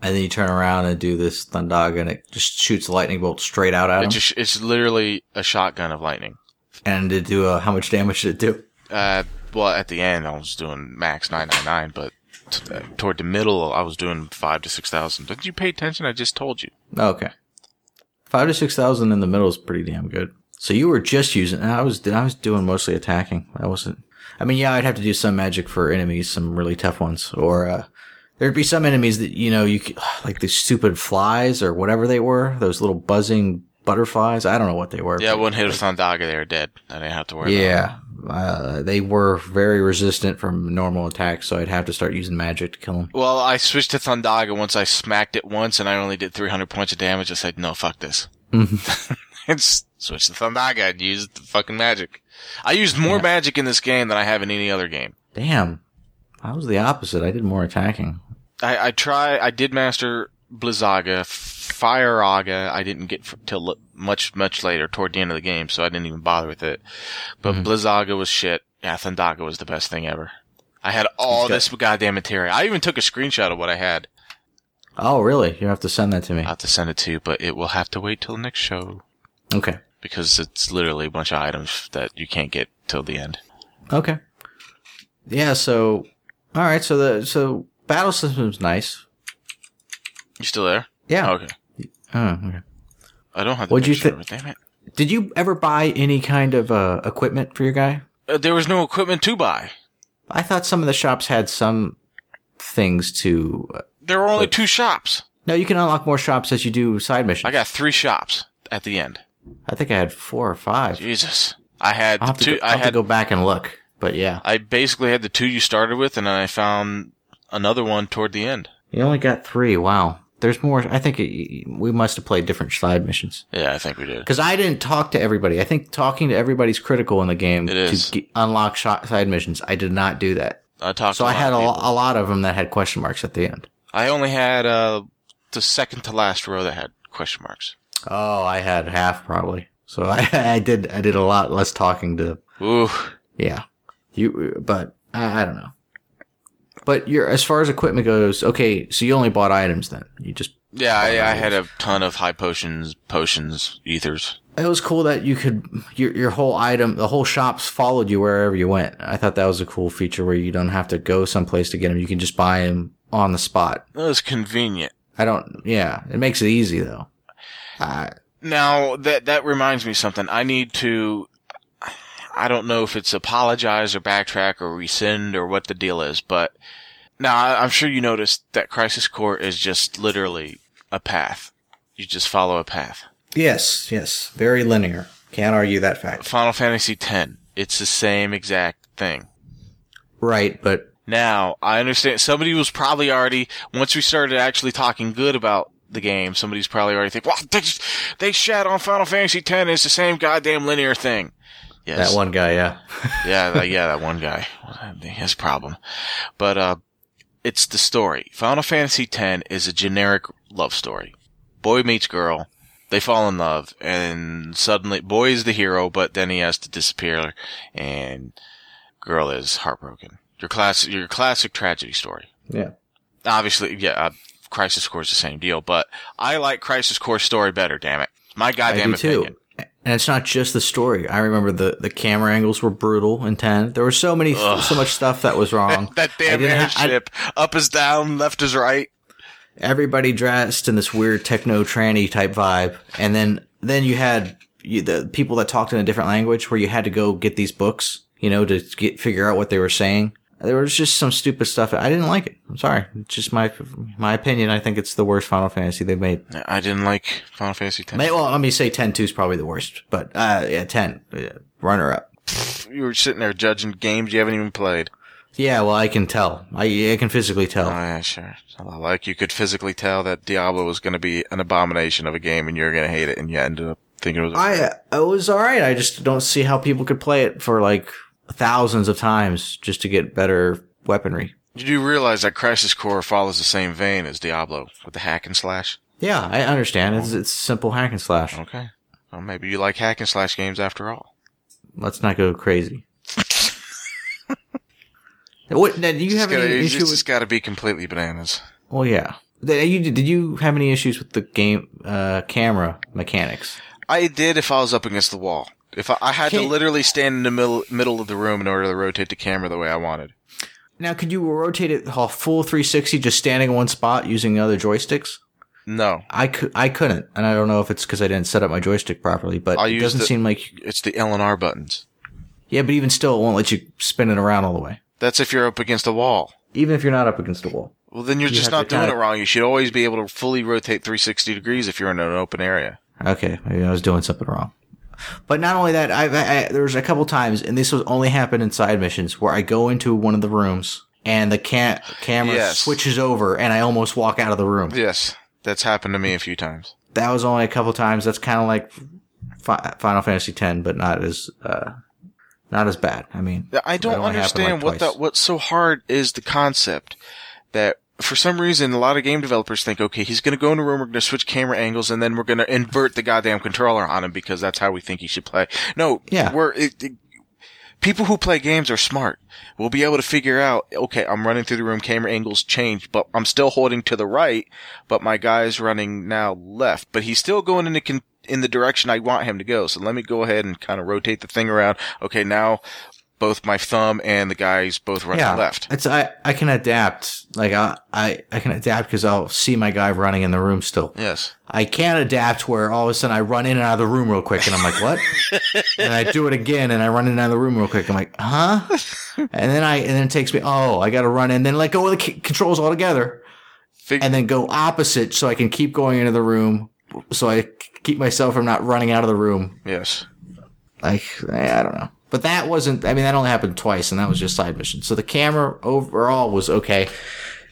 and then you turn around and do this thundaga, and it just shoots a lightning bolt straight out at
It
them.
just it's literally a shotgun of lightning.
and to do uh, how much damage did it do?
Uh, well, at the end I was doing max nine nine nine, but t- uh, toward the middle I was doing five to six thousand. Didn't you pay attention? I just told you.
Okay, five to six thousand in the middle is pretty damn good. So you were just using. I was I was doing mostly attacking. I wasn't. I mean, yeah, I'd have to do some magic for enemies, some really tough ones, or uh, there'd be some enemies that you know you c like these stupid flies or whatever they were, those little buzzing butterflies. I don't know what they were.
Yeah, one hit of Thundaga, they were dead. I didn't have to worry. about
Yeah, uh, they were very resistant from normal attacks, so I'd have to start using magic to kill them.
it. Well, I switched to Thundaga once I smacked it once, and I only did three hundred points of damage. I said, "No, fuck this." and s- switched to Thundaga and used the fucking magic. I used more magic in this game than I have in any other game.
Damn, I was the opposite. I did more attacking.
I, I try. I did master Blizzaga, Fireaga. I didn't get f- till l- much much later, toward the end of the game, so I didn't even bother with it. But
Mm-hmm.
Blizzaga was shit. Athandaga was the best thing ever. I had all
He's got-
this goddamn material. I even took a screenshot of what I had.
Oh, really? You have to send that to me.
I'll have to send it to you, but it will have to wait till the next show
Okay.
because it's literally a bunch of items that you can't get till the end.
Okay. Yeah. So, all right. So the so battle system's nice.
You still there?
Yeah.
okay.
Oh, okay.
I don't have the
What'd you
picture
thi-
of it. Damn it.
Did you ever buy any kind of uh, equipment for your guy?
Uh, there was no equipment to buy.
I thought some of the shops had some things to. Uh,
There were only two shops.
no, you can unlock more shops as you do side missions.
I got three shops at the end.
I think I had four or five.
Jesus. I had
I'll have, to
two.
go, I'll
I
have to
had.
go back and look. But yeah,
I basically had the two you started with, and then I found another one toward the end.
you only got three. Wow. There's more. I think it, we must have played different side missions.
Yeah, I think we did.
Because I didn't talk to everybody. I think talking to everybody's critical in the game
It
to
is.
ge- unlock shot side missions. I did not do that,
I talked.
so
to
I had a,
lot. of
lo-
people.
a lot of them that had question marks at the end.
I only had uh the second to last row that had question marks.
Oh, I had half probably. So I, I did I did a lot less talking to.
Ooh.
Yeah, you. But I, I don't know. But you're as far as equipment goes. Okay, so you only bought items then. You just
Yeah, I, I had a ton of high potions, potions, ethers.
it was cool that you could your your whole item the whole shops followed you wherever you went. I thought that was a cool feature where you don't have to go someplace to get them. You can just buy them on the spot.
That was convenient.
I don't. Yeah, it makes it easy though. I
Now that that reminds me of something. I need to. I don't know if it's apologize or backtrack or rescind or what the deal is, but now I- I'm sure you noticed that Crisis Core is just literally a path. You just follow a path.
yes, yes, very linear. Can't argue that fact.
Final Fantasy X. It's the same exact thing.
Right, but
Now, I understand somebody was probably already, once we started actually talking good about the game, somebody's probably already thinking, well, they, just- they shat on Final Fantasy X. It's the same goddamn linear thing. Yes.
that one guy, yeah.
yeah, that, yeah, that one guy. His problem. But, uh, it's the story. Final Fantasy X is a generic love story. Boy meets girl. They fall in love and suddenly boy is the hero, but then he has to disappear and girl is heartbroken. Your class, your classic tragedy story.
Yeah.
Obviously, yeah, uh, Crisis Core is the same deal, but I like Crisis Core story better, damn it. My
I
goddamn
do
opinion.
too. And it's not just the story. I remember the, the camera angles were brutal and ten. There was so many so much stuff that was wrong.
That damn
I didn't ha- I-
airship. up is down, left is right.
everybody dressed in this weird techno tranny type vibe, and then then you had you, the people that talked in a different language where you had to go get these books, you know, to get figure out what they were saying. There was just some stupid stuff. I didn't like it. I'm sorry. It's just my my opinion. I think it's the worst Final Fantasy they've made.
I didn't like Final Fantasy X.
May- Well, let me say 10 2 is probably the worst, but uh, yeah, 10 yeah, runner up.
You were sitting there judging games you haven't even played.
Yeah, well, I can tell. I, I can physically tell.
Oh yeah, sure. Like you could physically tell that Diablo was going to be an abomination of a game, and you're going to hate it, and you ended up thinking it was.
I I was all right. I just don't see how people could play it for like thousands of times just to get better weaponry.
you do realize that Crisis Core follows the same vein as Diablo with the hack and slash.
Yeah, I understand. It's it's simple hack and slash.
Okay. Well, maybe you like hack and slash games after all.
Let's not go crazy. what now, do you have
It's gotta-
any
it's
issue
just,
with?
got to be completely bananas.
Well, yeah. Did you, did you have any issues with the game uh, camera mechanics?
I did if I was up against the wall. If I, I had to
Can't-
literally stand in the middle middle of the room in order to rotate the camera the way I wanted.
Now, could you rotate it a full 360 just standing in one spot using the other joysticks?
No,
I, cou- I couldn't, and I don't know if it's because I didn't set up my joystick properly, but
I
it
used
doesn't
the-
seem like
it's the L and R buttons.
Yeah, but even still, it won't let you spin it around all the way.
That's if you're up against a wall.
Even if you're not up against a wall.
Well, then you're
You
just
have
not
to
doing it
kinda-
wrong. You should always be able to fully rotate 360 degrees if you're in an open area.
Okay, maybe I was doing something wrong. But not only that, I, I, I there was a couple times, and this was only happened in side missions, where I go into one of the rooms and the ca- camera
Yes.
switches over, and I almost walk out of the room.
Yes, that's happened to me a few times.
That was only a couple times. That's kind of like Fi- Final Fantasy X, but not as uh, not as bad. I mean,
I
That
don't
only happened,
understand
like,
what
twice.
the, what's so hard is the concept that for some reason a lot of game developers think, okay, he's going to go in a room, we're going to switch camera angles, and then we're going to invert the goddamn controller on him because that's how we think he should play. No,
Yeah.
we're it, it- people who play games are smart. We'll be able to figure out, okay, I'm running through the room, camera angles change, but I'm still holding to the right, but my guy's running now left, but he's still going in the con- in the direction I want him to go. So let me go ahead and kind of rotate the thing around. Okay, now both my thumb and the guy's both running
yeah,
left.
It's I I can adapt. Like I I, I can adapt because I'll see my guy running in the room still.
Yes.
I can't adapt where all of a sudden I run in and out of the room real quick and I'm like, what? and I do it again and I run in and out of the room real quick. I'm like, huh? And then I and then it takes me, oh, I got to run in, then let go of the c- controls altogether
Fig-
and then go opposite so I can keep going into the room so I c- keep myself from not running out of the room.
yes.
Like, I I don't know. But that wasn't, I mean, that only happened twice and that was just side mission. So the camera overall was okay.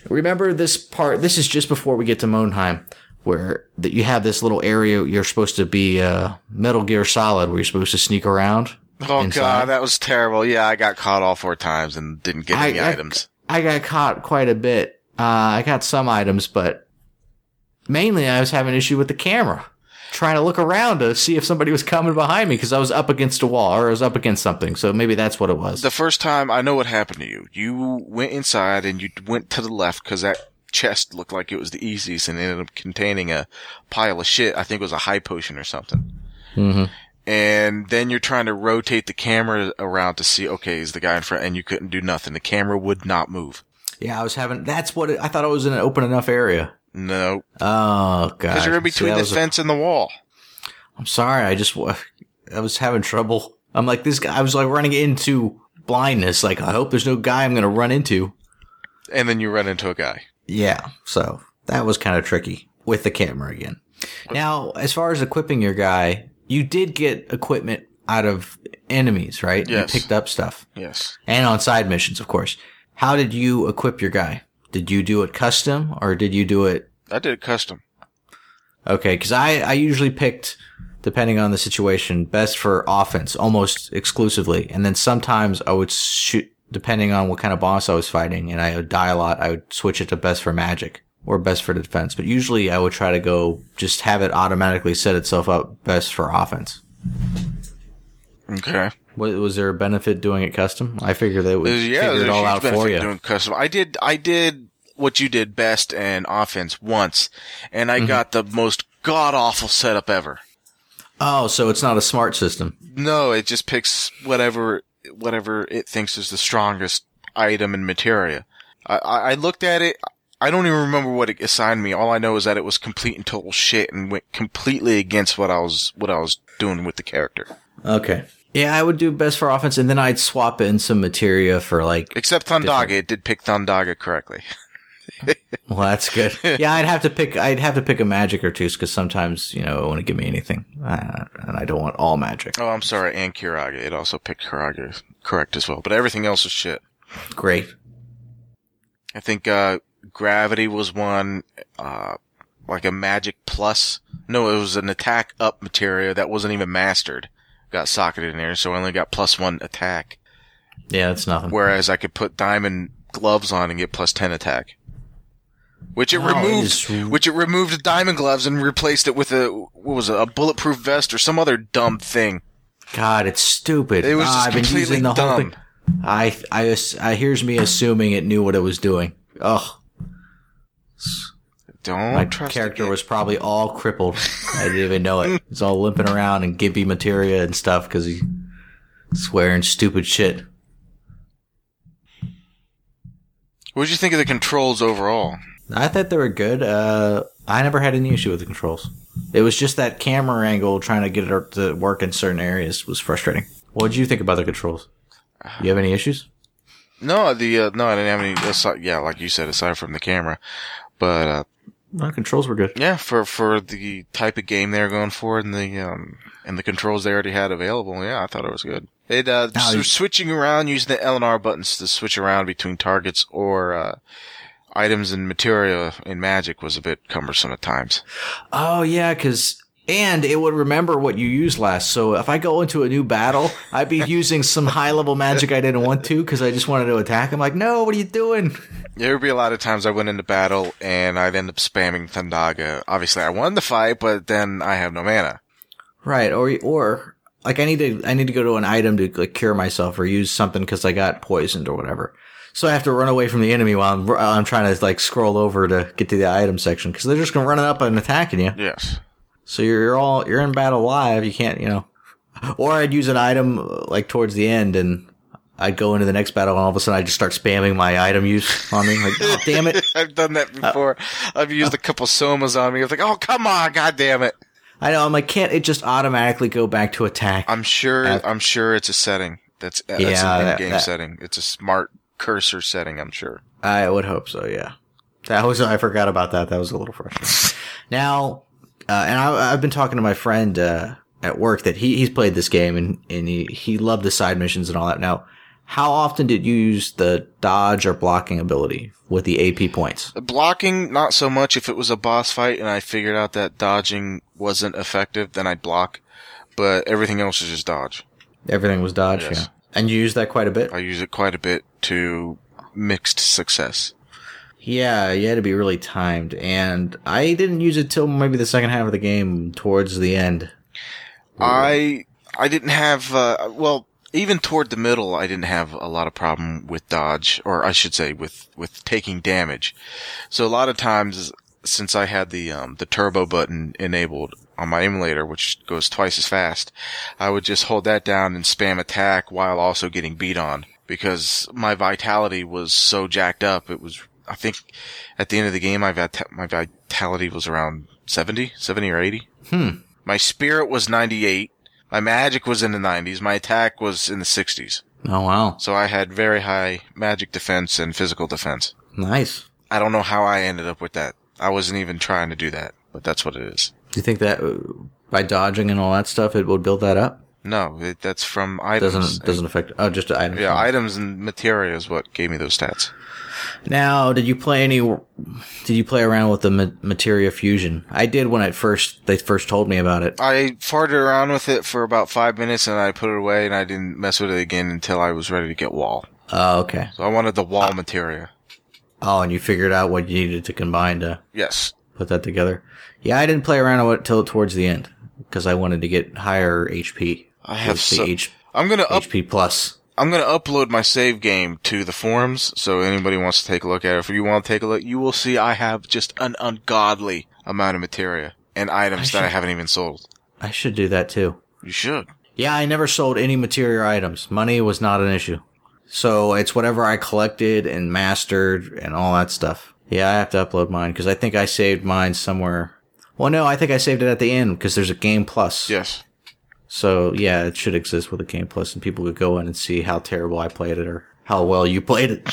Remember this part, this is just before we get to Monheim, where that you have this little area you're supposed to be, uh, Metal Gear Solid, where you're supposed to sneak around.
Oh
inside.
god, that was terrible. Yeah, I got caught all four times and didn't get
I-
any
I-
items.
I got caught quite a bit. Uh, I got some items, but mainly I was having an issue with the camera. Trying to look around to see if somebody was coming behind me because I was up against a wall or I was up against something. So maybe that's what it was.
The first time, I know what happened to you. You went inside and you went to the left because that chest looked like it was the easiest and ended up containing a pile of shit. I think it was a high potion or something.
Mhm.
And then you're trying to rotate the camera around to see, okay, is the guy in front? And you couldn't do nothing. The camera would not move.
Yeah, I was having. That's what it, I thought. I was in an open enough area.
No,
Oh god!
because you're in
See,
between
that
the
was a-
fence and the wall.
I'm sorry. I just wa- I was having trouble. I'm like this guy. I was like running into blindness. Like I hope there's no guy I'm gonna run into.
And then you run into a guy.
Yeah. So that was kind of tricky with the camera again. Now, as far as equipping your guy, you did get equipment out of enemies, right?
Yes.
You picked up stuff.
Yes.
And on side missions, of course. How did you equip your guy? Did you do it custom or did you do it
I did it custom.
Okay, because I, I usually picked, depending on the situation, best for offense almost exclusively. And then sometimes I would shoot, depending on what kind of boss I was fighting and I would die a lot, I would switch it to best for magic or best for defense. But usually I would try to go just have it automatically set itself up best for offense.
Okay.
Was, was there a benefit doing it custom? I figure they would
There's- Uh, yeah,
figure
there's
it
a
all
huge
out for
benefit
you.
Doing custom. I did. I did what you did best in offense once, and
Mm-hmm.
I got the most god awful setup ever.
oh, so it's not a smart system.
No, it just picks whatever whatever it thinks is the strongest item and materia. I, I, I looked at it. I don't even remember what it assigned me. All I know is that it was complete and total shit and went completely against what I was what I was doing with the character.
Okay. Yeah, I would do best for offense, and then I'd swap in some materia for like
Except Thundaga, it did pick Thundaga correctly.
Well, that's good. yeah, I'd have to pick. I'd have to pick a magic or two because sometimes you know it won't give me anything, uh, and I don't want all magic.
Oh, I'm sorry, and Kiraga. It also picked Kiraga correct as well, but everything else is shit.
Great.
I think uh gravity was one uh like a magic plus. No, it was an attack up materia that wasn't even mastered. Got socketed in there, so I only got plus one attack.
Yeah, that's nothing.
Whereas I could put diamond gloves on and get plus ten attack. Which it
Wow, it
removed
is-
which it removed diamond gloves and replaced it with a what was it, a bulletproof vest or some other dumb thing.
God, it's stupid.
It was
Ah,
just
I've been
completely
using the
dumb.
whole thing. I, I, ass- I here's me assuming it knew what it was doing. Ugh,
Don't
my
trust the
character
game.
was probably all crippled. I didn't even know it. He's all limping around in gimpy materia and stuff because he's swearing stupid shit.
What did you think of the controls overall?
I thought they were good. Uh, I never had any issue with the controls. It was just that camera angle trying to get it to work in certain areas was frustrating. What did you think about the controls? You have any issues?
No, the uh, no, I didn't have any. Aside, yeah, like you said, aside from the camera, but uh,
No, controls were good.
yeah, for for the type of game they're going for and the um and the controls they already had available, yeah, I thought it was good. It uh,
Now
so
you-
switching around using the L and R buttons to switch around between targets or uh, items and materia in Magic was a bit cumbersome at times.
Oh yeah, because and it would remember what you used last. So if I go into a new battle, I'd be using some high level magic I didn't want to because I just wanted to attack. I'm like, no, what are you doing?
There would be a lot of times I went into battle and I'd end up spamming Thundaga. Obviously, I won the fight, but then I have no mana.
Right, or or like I need to I need to go to an item to like cure myself or use something because I got poisoned or whatever. So I have to run away from the enemy while I'm while I'm trying to like scroll over to get to the item section because they're just gonna run up and attacking you.
Yes.
So you're, you're all you're in battle live. You can't you know. Or I'd use an item uh, like towards the end and. I'd go into the next battle and all of a sudden I just start spamming my item use on me like oh, damn it
I've done
Uh,
that before. I've used a couple somas on me. I was like, oh, come on, god damn it.
I know I'm like can't it just automatically go back to attack
I'm sure,
Uh,
I'm sure it's a setting. That's, uh, that's
Yeah,
an
that-
in-game
that-
setting. It's a smart cursor setting, I'm sure.
I would hope so. Yeah, that was I forgot about that. That was a little frustrating. now, uh, and I, I've been talking to my friend uh, at work that he he's played this game and and he he loved the side missions and all that. Now, how often did you use the dodge or blocking ability with the AP points?
The blocking, not so much. If it was a boss fight and I figured out that dodging wasn't effective, then I'd block. But everything else is just dodge.
Everything was dodge.
Yes.
Yeah, and you used that quite a bit.
I use it quite a bit to mixed success.
Yeah, you had to be really timed, and I didn't use it till maybe the second half of the game towards the end.
I I didn't have uh, well even toward the middle I didn't have a lot of problem with dodge or I should say with with taking damage. So a lot of times since I had the um, the turbo button enabled on my emulator which goes twice as fast, I would just hold that down and spam attack while also getting beat on because my vitality was so jacked up it was I think at the end of the game my vita- my vitality was around 70, 70 or 80. My spirit was 98. My magic was in the 90s. My attack was in the 60s.
Oh wow,
So I had very high magic defense and physical defense.
nice.
I don't know how I ended up with that. I wasn't even trying to do that, but that's what it is.
Do you think that uh, by dodging and all that stuff, it would build that up.
No, it, that's from items.
Doesn't doesn't affect. Oh, just items.
yeah, items and material is what gave me those stats.
Now, did you play any? Did you play around with the ma- materia fusion? I did when I first they first told me about it.
I farted around with it for about five minutes and I put it away and I didn't mess with it again until I was ready to get wall.
Oh, okay.
So I wanted the wall material.
Oh, and you figured out what you needed to combine to
Yes.
put that together. Yeah, I didn't play around with it till towards the end because I wanted to get higher HP.
I have
Let's see,
so- Oh.
H-
I'm gonna up,
HP plus.
I'm gonna upload my save game to the forums, so anybody wants to take a look at it. If you want to take a look, you will see I have just an ungodly amount of materia and items
I
that I
should-
haven't even sold.
I should do that too.
You should.
Yeah, I never sold any material items. Money was not an issue. So it's whatever I collected and mastered and all that stuff. Yeah, I have to upload mine because I think I saved mine somewhere. Well, no, I think I saved it at the end because there's a game plus.
Yes.
So yeah, it should exist with a game plus, and people could go in and see how terrible I played it or how well you played it.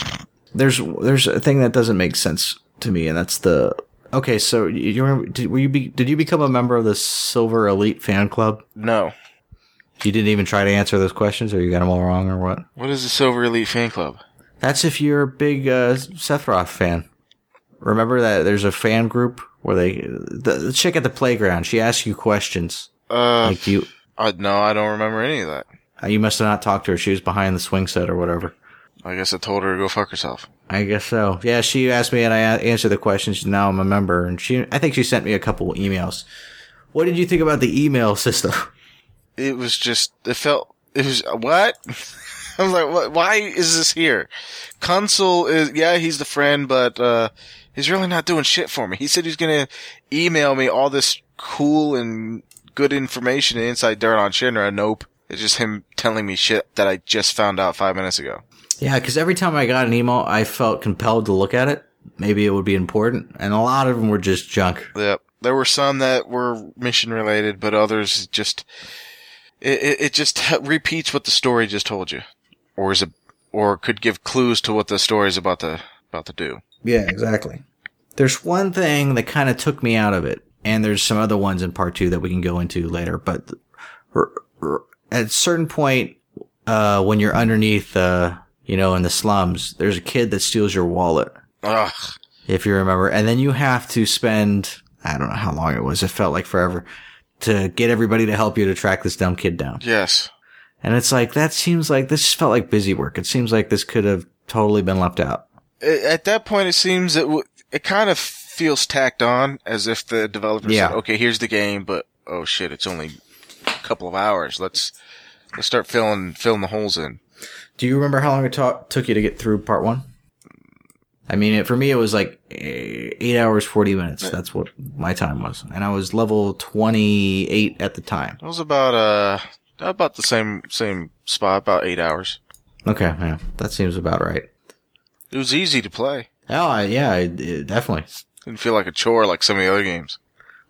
There's there's a thing that doesn't make sense to me, and that's the okay. So you- you remember? Did, were you be, did you become a member of the Silver Elite fan club?
No.
You didn't even try to answer those questions, or you got them all wrong, or what?
What is the Silver Elite Fan Club?
That's if you're a big uh, Seth Roth fan. Remember that there's a fan group where they the, the chick at the playground. She asks you questions.
Uh,
Like you,
I,
uh,
no, I don't remember any of that.
you must have not talked to her. She was behind the swing set or whatever.
I guess I told her to go fuck herself.
I guess so. Yeah, she asked me, and I a- answered the question. She's now I'm a member, and she I think she sent me a couple emails. What did you think about the email system?
it was just it felt it was what i was like what, why is this here consul is yeah he's the friend but uh he's really not doing shit for me he said he's gonna email me all this cool and good information and inside dirt on shinra nope it's just him telling me shit that i just found out five minutes ago
Yeah, because every time I got an email, I felt compelled to look at it. Maybe it would be important, and a lot of them were just junk.
yep there were some that were mission related but others just it, it, it just repeats what the story just told you or is it or could give clues to what the story is about to about to do
Yeah, exactly. There's one thing that kind of took me out of it, and there's some other ones in part two that we can go into later. But r- r- at a certain point, uh, when you're underneath, uh, you know, in the slums, there's a kid that steals your wallet,
Ugh.
if you remember, and then you have to spend I don't know how long it was. It felt like forever to get everybody to help you to track this dumb kid down.
Yes.
And it's like that seems like this felt like busy work. It seems like this could have totally been left out.
I- at that point, it seems it w- it kind of feels tacked on, as if the developer
Yeah.
said, "Okay, here's the game," but oh shit, it's only a couple of hours. Let's let's start filling filling the holes in.
Do you remember how long it ta- took you to get through part one? I mean, it, for me, it was like eh, eight hours, 40 minutes. That's what my time was. And I was level 28 at the time.
It was about uh about the same same spot, about eight hours.
Okay, yeah, that seems about right.
It was easy to play.
Oh, I, yeah, I, eh, definitely.
Didn't feel like a chore like some of the other games.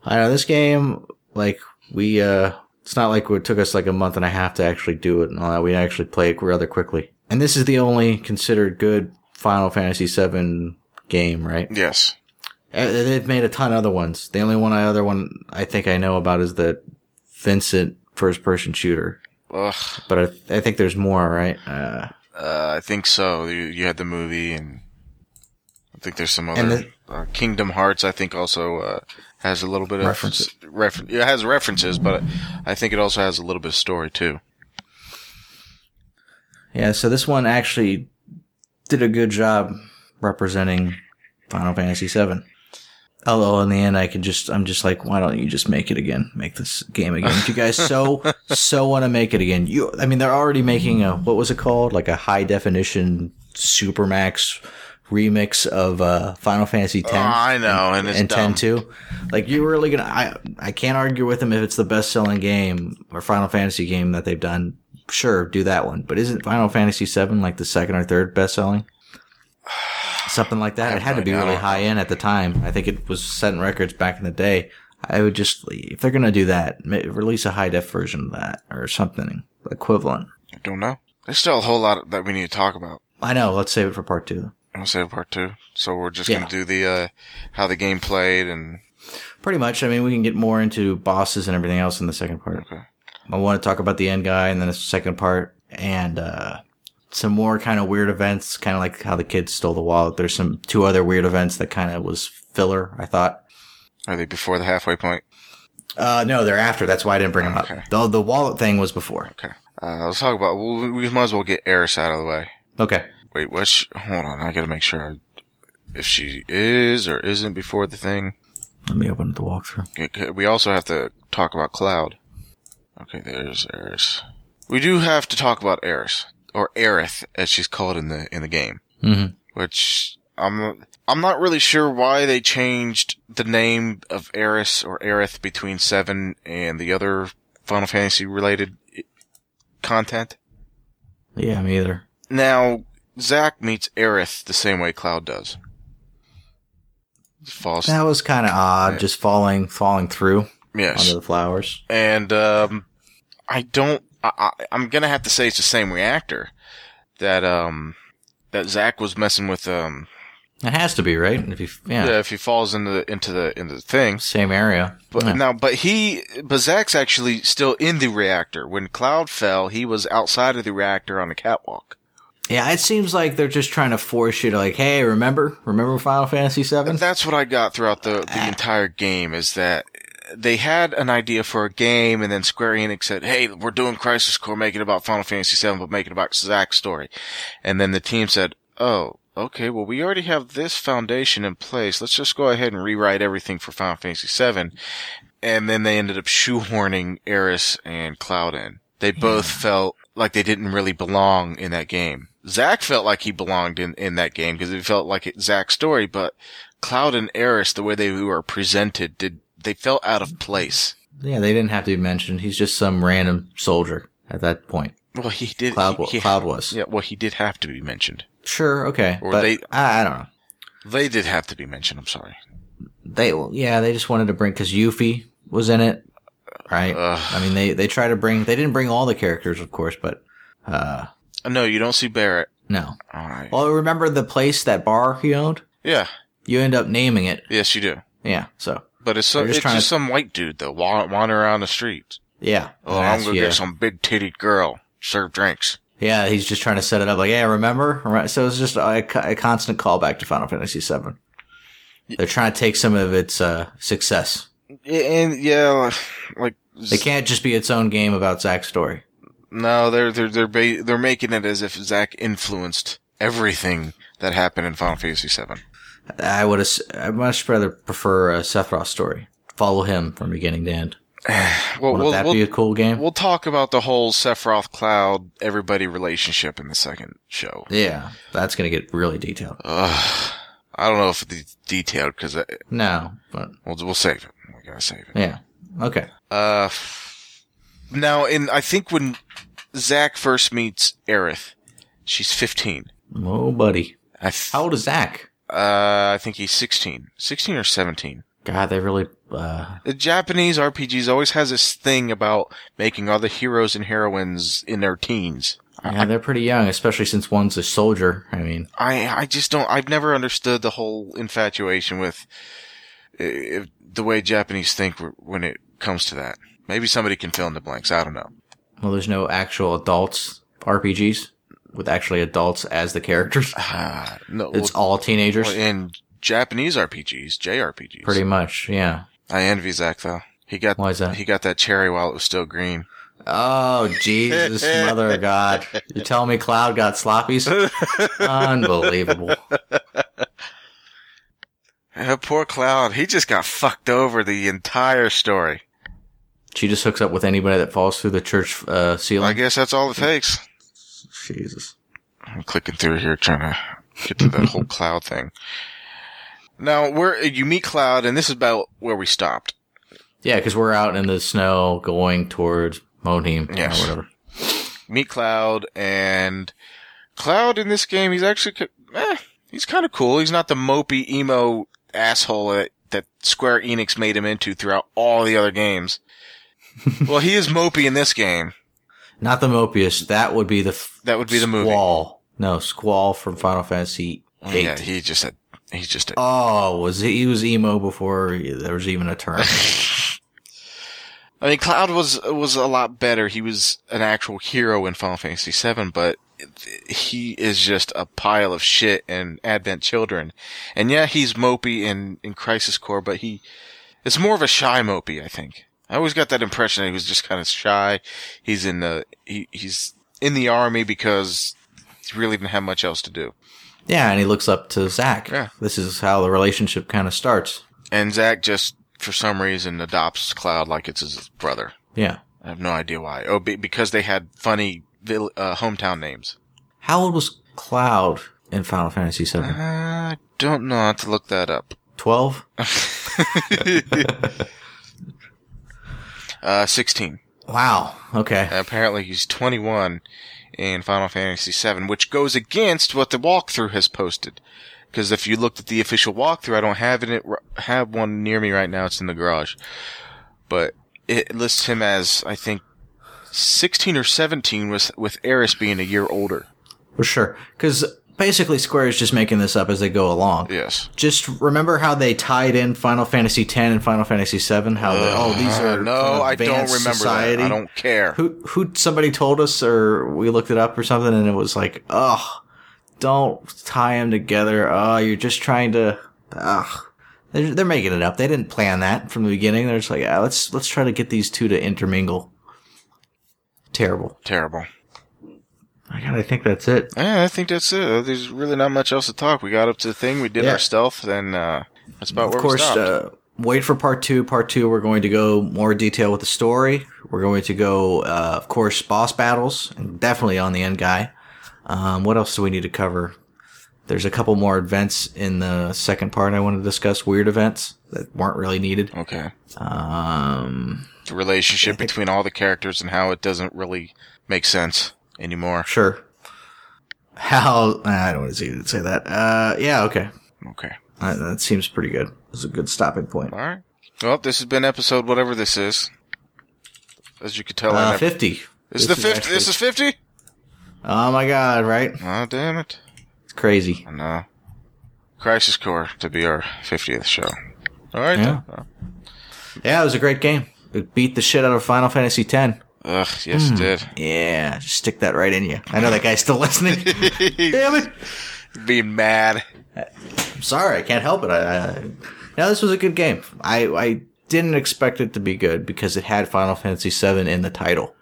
I know this game, like, we, uh, it's not like it took us like a month and a half to actually do it and all that. We actually played it rather quickly. And this is the only considered good Final Fantasy VII game, right?
Yes.
Uh, They've made a ton of other ones. The only one I other one I think I know about is the Vincent first person shooter.
Ugh.
But I, I think there's more, right? Uh,
Uh, I think so. You, you had the movie, and I think there's some other
And
uh, Kingdom Hearts. I think also uh, has a little bit of
Reference it.
refer- It has references, but I think it also has a little bit of story too.
yeah, so this one actually did a good job representing Final Fantasy VII. Although in the end, I could just I'm just like, why don't you just make it again? Make this game again. If you guys so so want to make it again, you I mean they're already making a what was it called like a high definition supermax remix of uh, Final Fantasy X.
Oh, I know, and, it's
and
dumb.
10 too. Like you're really gonna I I can't argue with them if it's the best selling game or Final Fantasy game that they've done. Sure, do that one. But isn't Final Fantasy seven like the second or third best selling? Something like that. It had to be
I don't
really
know.
high end at the time. I think it was setting records back in the day. I would just if they're gonna do that, ma- release a high def version of that or something equivalent.
I don't know. There's still a whole lot that we need to talk about.
I know. Let's save it for part two.
I'm gonna say part two, so we're just
Yeah.
gonna do the uh, how the game played and
pretty much. I mean, we can get more into bosses and everything else in the second part.
Okay.
I want to talk about the end guy and then the second part and uh, some more kind of weird events, kind of like how the kids stole the wallet. There's some two other weird events that kind of was filler, I thought.
Are they before the halfway point?
Uh, no, they're after. That's why I didn't bring them
Okay.
up. The, the wallet thing was before.
Okay. Uh, let's talk about. Well, we might as well get Eris out of the way.
Okay.
Wait, what's? She, hold on, I gotta make sure I, if she is or isn't before the thing.
Let me open up the walkthrough.
Okay, We also have to talk about Cloud. Okay, there's Eris. We do have to talk about Eris or Aerith, as she's called in the in the game.
Mhm.
Which I'm I'm not really sure why they changed the name of Eris or Aerith between seven and the other Final Fantasy related content.
Yeah, me either.
Now, Zack meets Aerith the same way Cloud does. Falls.
That was kind of odd, just falling falling through
yes.
under the flowers.
And, um, I don't, I, I, I'm gonna have to say it's the same reactor that, um, that Zack was messing with, um,
It has to be right. If you, yeah,
yeah, if he falls into the, into the, into the thing.
same area.
But
Yeah.
now, but he, but Zack's actually still in the reactor. When Cloud fell, he was outside of the reactor on the catwalk.
Yeah, it seems like they're just trying to force you to like, hey, remember, remember Final Fantasy VII?
And that's what I got throughout the, the entire game is that they had an idea for a game and then Square Enix said, Hey, we're doing Crisis Core, make it about Final Fantasy VII, but make it about Zack's story. And then the team said, Oh, okay, well, we already have this foundation in place. Let's just go ahead and rewrite everything for Final Fantasy VII. And then they ended up shoehorning Eris and Cloud in. They both felt like they didn't really belong in that game. Zack felt like he belonged in, in that game because it felt like it Zack's story, but Cloud and Eris, the way they were presented, did they felt out of place.
Yeah, they didn't have to be mentioned. He's just some random soldier at that point.
Well, he did.
Cloud,
he,
wa-
he-
Cloud was.
Yeah, well, he did have to be mentioned.
Sure, okay,
Or
but
they-
I, I don't know.
They did have to be mentioned. I'm sorry.
They, well, yeah, they just wanted to bring because Yuffie was in it, right?
Ugh.
I mean, they they try to bring. They didn't bring all the characters, of course, but uh
No, you don't see Barrett.
no.
All right.
Well, remember the place that bar he owned?
yeah.
You end up naming it.
Yes, you do.
Yeah. So
But it's some,
They're just
it's
trying
just
to-
some white dude though, wa- wandering around the streets.
yeah.
Oh, I'm
That's-
gonna
yeah.
get some big titted girl serve drinks.
Yeah, he's just trying to set it up. Like, yeah, remember? Right. So it's just a, a constant callback to Final Fantasy VII. They're trying to take some of its uh, success.
Yeah, And yeah, like
They can't just be its own game about Zack's story.
no, they're they're they're ba- they're making it as if Zack influenced everything that happened in Final Fantasy VII.
I would. ass- I much rather prefer uh, Sephiroth's story. Follow him from beginning to end.
Well,
Wouldn't
we'll,
that
we'll,
be a cool game?
We'll talk about the whole Sephiroth Cloud everybody relationship in the second show.
yeah, that's gonna get really detailed.
Ugh. I don't know if it's detailed because we'll,
No, but
we'll save it. We gotta save it.
yeah, okay.
Uh, f- now, in I think when Zach first meets Aerith, she's 15.
Oh, buddy,
I th-
how old is Zack?
uh, I think he's 16, 16 or 17.
God, they really. Uh,
The Japanese RPGs always has this thing about making all the heroes and heroines in their teens.
yeah, they're pretty young, especially since one's a soldier. I mean,
I I just don't. I've never understood the whole infatuation with uh, if, the way Japanese think w- when it comes to that. Maybe somebody can fill in the blanks. I don't know.
Well, there's no actual adults RPGs with actually adults as the characters.
Uh, no,
It's
well,
all teenagers,
well, in Japanese RPGs, JRPGs.
pretty much. Yeah.
I envy Zach though. He got
Why is that?
he got that cherry while it was still green.
Oh Jesus, Mother of God! You tell me Cloud got sloppies? Unbelievable.
Uh, poor Cloud. He just got fucked over the entire story.
She just hooks up with anybody that falls through the church uh,
I
ceiling.
guess that's all it takes.
Jesus.
I'm clicking through here trying to get to that whole cloud thing. Now, where you meet Cloud, and this is about where we stopped.
Yeah, because we're out in the snow going towards Monim
Yes.
or whatever.
Meet Cloud, and Cloud in this game, he's actually, ki- eh, he's kind of cool. He's not the mopey emo asshole that, that Square Enix made him into throughout all the other games. well, he is mopey in this game.
Not the Mopius. That would be the f-
That would be the movie. Oh,
Squall. No, Squall from Final Fantasy VIII.
Yeah, he just a He's just a,
Oh, was he, he was emo before there was even a term?
I mean, Cloud was was a lot better. He was an actual hero in Final Fantasy VII, but he is just a pile of shit in Advent Children. And yeah, he's mopey in in Crisis Core, but he it's more of a shy mopey. I think I always got that impression that he was just kind of shy. He's in the he he's in the army because he really didn't have much else to do.
yeah, and he looks up to Zach.
Yeah.
This is how the relationship kind of starts.
And Zack just for some reason adopts Cloud like it's his brother.
Yeah.
I have no idea why. Oh, be- because they had funny vill- uh, hometown names.
How old was Cloud in Final Fantasy
Uh,
VII?
I don't know. I have to look that up.
Twelve.
Uh, 16.
Wow. Okay.
And apparently he's 21 in Final Fantasy VII, which goes against what the walkthrough has posted. Because if you looked at the official walkthrough, I don't have it, have one near me right now. It's in the garage. But it lists him as, I think, 16 or 17 with, with Eris being a year older.
For sure. Because basically, Square is just making this up as they go along.
Yes.
Just remember how they tied in Final Fantasy X and Final Fantasy VII. How they, oh these
Uh,
are
no, I don't
advanced
remember
society.
that. I don't care.
Who who somebody told us or we looked it up or something, and it was like, oh, don't tie them together. Oh, you're just trying to. Ugh. They're, they're making it up. They didn't plan that from the beginning. They're just like, ah, let's let's try to get these two to intermingle. Terrible.
Terrible.
I gotta think that's it.
Yeah, I think that's it. There's really not much else to talk. We got up to the thing, we did
Yeah.
our stealth, and uh, that's about
of
where
course,
we stopped.
uh, wait for part two. Part two, we're going to go more detail with the story. We're going to go, uh, of course, boss battles, and definitely on the end guy. Um, what else do we need to cover? There's a couple more events in the second part I want to discuss. Weird events that weren't really needed.
okay.
Um,
The relationship between all the characters and how it doesn't really make sense anymore.
sure. How I don't want to say that. Uh, yeah, okay.
Okay.
Uh, that seems pretty good. It's a good stopping point.
All right. Well, this has been episode whatever this is. As you could tell, I
Uh,
never-
Fifty.
this, is the fifth.
actually-
This is fifty.
Oh my god! Right?
Oh damn it!
It's crazy.
I know. Crisis Core to be our fiftieth show. All right.
Yeah.
then.
Yeah, it was a great game. It beat the shit out of Final Fantasy X.
Ugh. Yes,
Hmm.
it did.
Yeah, just stick that right in you. I know that guy's still listening. Damn it!
Being mad.
I'm sorry, I can't help it. I, I, now this was a good game. I I didn't expect it to be good because it had Final Fantasy VII in the title.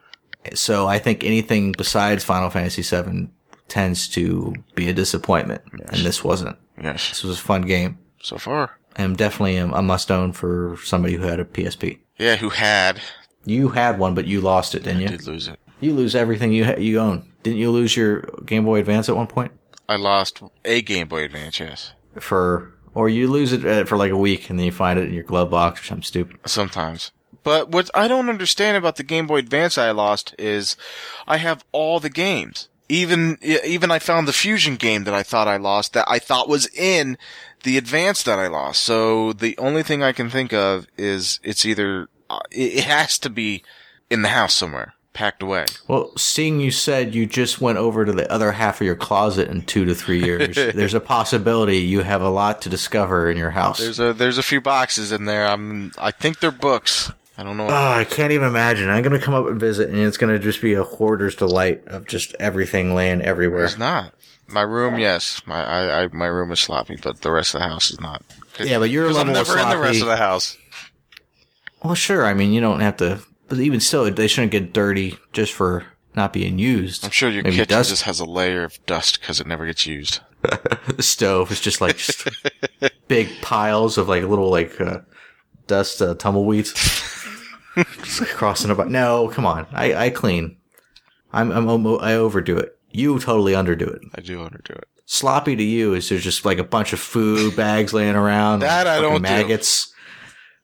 So I think anything besides Final Fantasy VII tends to be a disappointment, and this wasn't.
Yes.
This was a fun game.
So far.
I'm definitely a, a must own for somebody who had a PSP.
Yeah. Who had?
You had one, but you lost it, didn't you?
Did lose it.
You lose everything you ha- you own. Didn't you lose your Game Boy Advance at one point?
I lost a Game Boy Advance. Yes.
For or you lose it uh, for like a week and then you find it in your glove box or something stupid.
Sometimes. But what I don't understand about the Game Boy Advance I lost is I have all the games. Even even I found the Fusion game that I thought I lost that I thought was in the Advance that I lost. So the only thing I can think of is it's either uh, it it has to be in the house somewhere, packed away.
Well, seeing you said you just went over to the other half of your closet in two to three years, there's a possibility you have a lot to discover in your house.
There's a there's a few boxes in there. I'm I think they're books. I don't know. What,
Oh, I can't even imagine. I'm gonna come up and visit, and it's gonna just be a hoarder's delight of just everything laying everywhere.
it's not. My room, yes. My I, I my room is sloppy, but the rest of the house is not.
Yeah, but you're
'Cause I'm
level
never in the rest of the house.
Well, sure. I mean, you don't have to, but even still, they shouldn't get dirty just for not being used.
I'm sure your
Maybe
kitchen
dust.
just has a layer of dust because it never gets used.
The stove is just like just big piles of like little like uh, dust uh, tumbleweeds just crossing about. No, come on. I, I clean. I'm, I'm almo- I overdo it. You totally underdo it.
I do underdo it.
Sloppy to you is there's just like a bunch of food bags laying around.
That I
fucking
don't do.
maggots.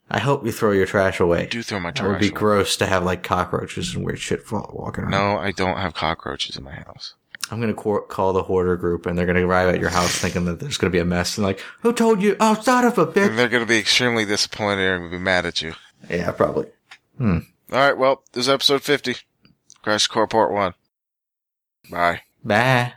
I hope you throw your trash away.
I do throw my
It would
trash.
be
away.
gross to have like cockroaches and weird shit fall- walking around.
No, I don't have cockroaches in my house.
I'm gonna cor- call the hoarder group, and they're gonna arrive at your house thinking that there's gonna be a mess, and like, who told you? Oh, son of a
And
bitch.
they're going to be extremely disappointed and be mad at you.
Yeah, probably.
All right, well, this is episode 50. Crash Core Part 1. Bye.
Bye.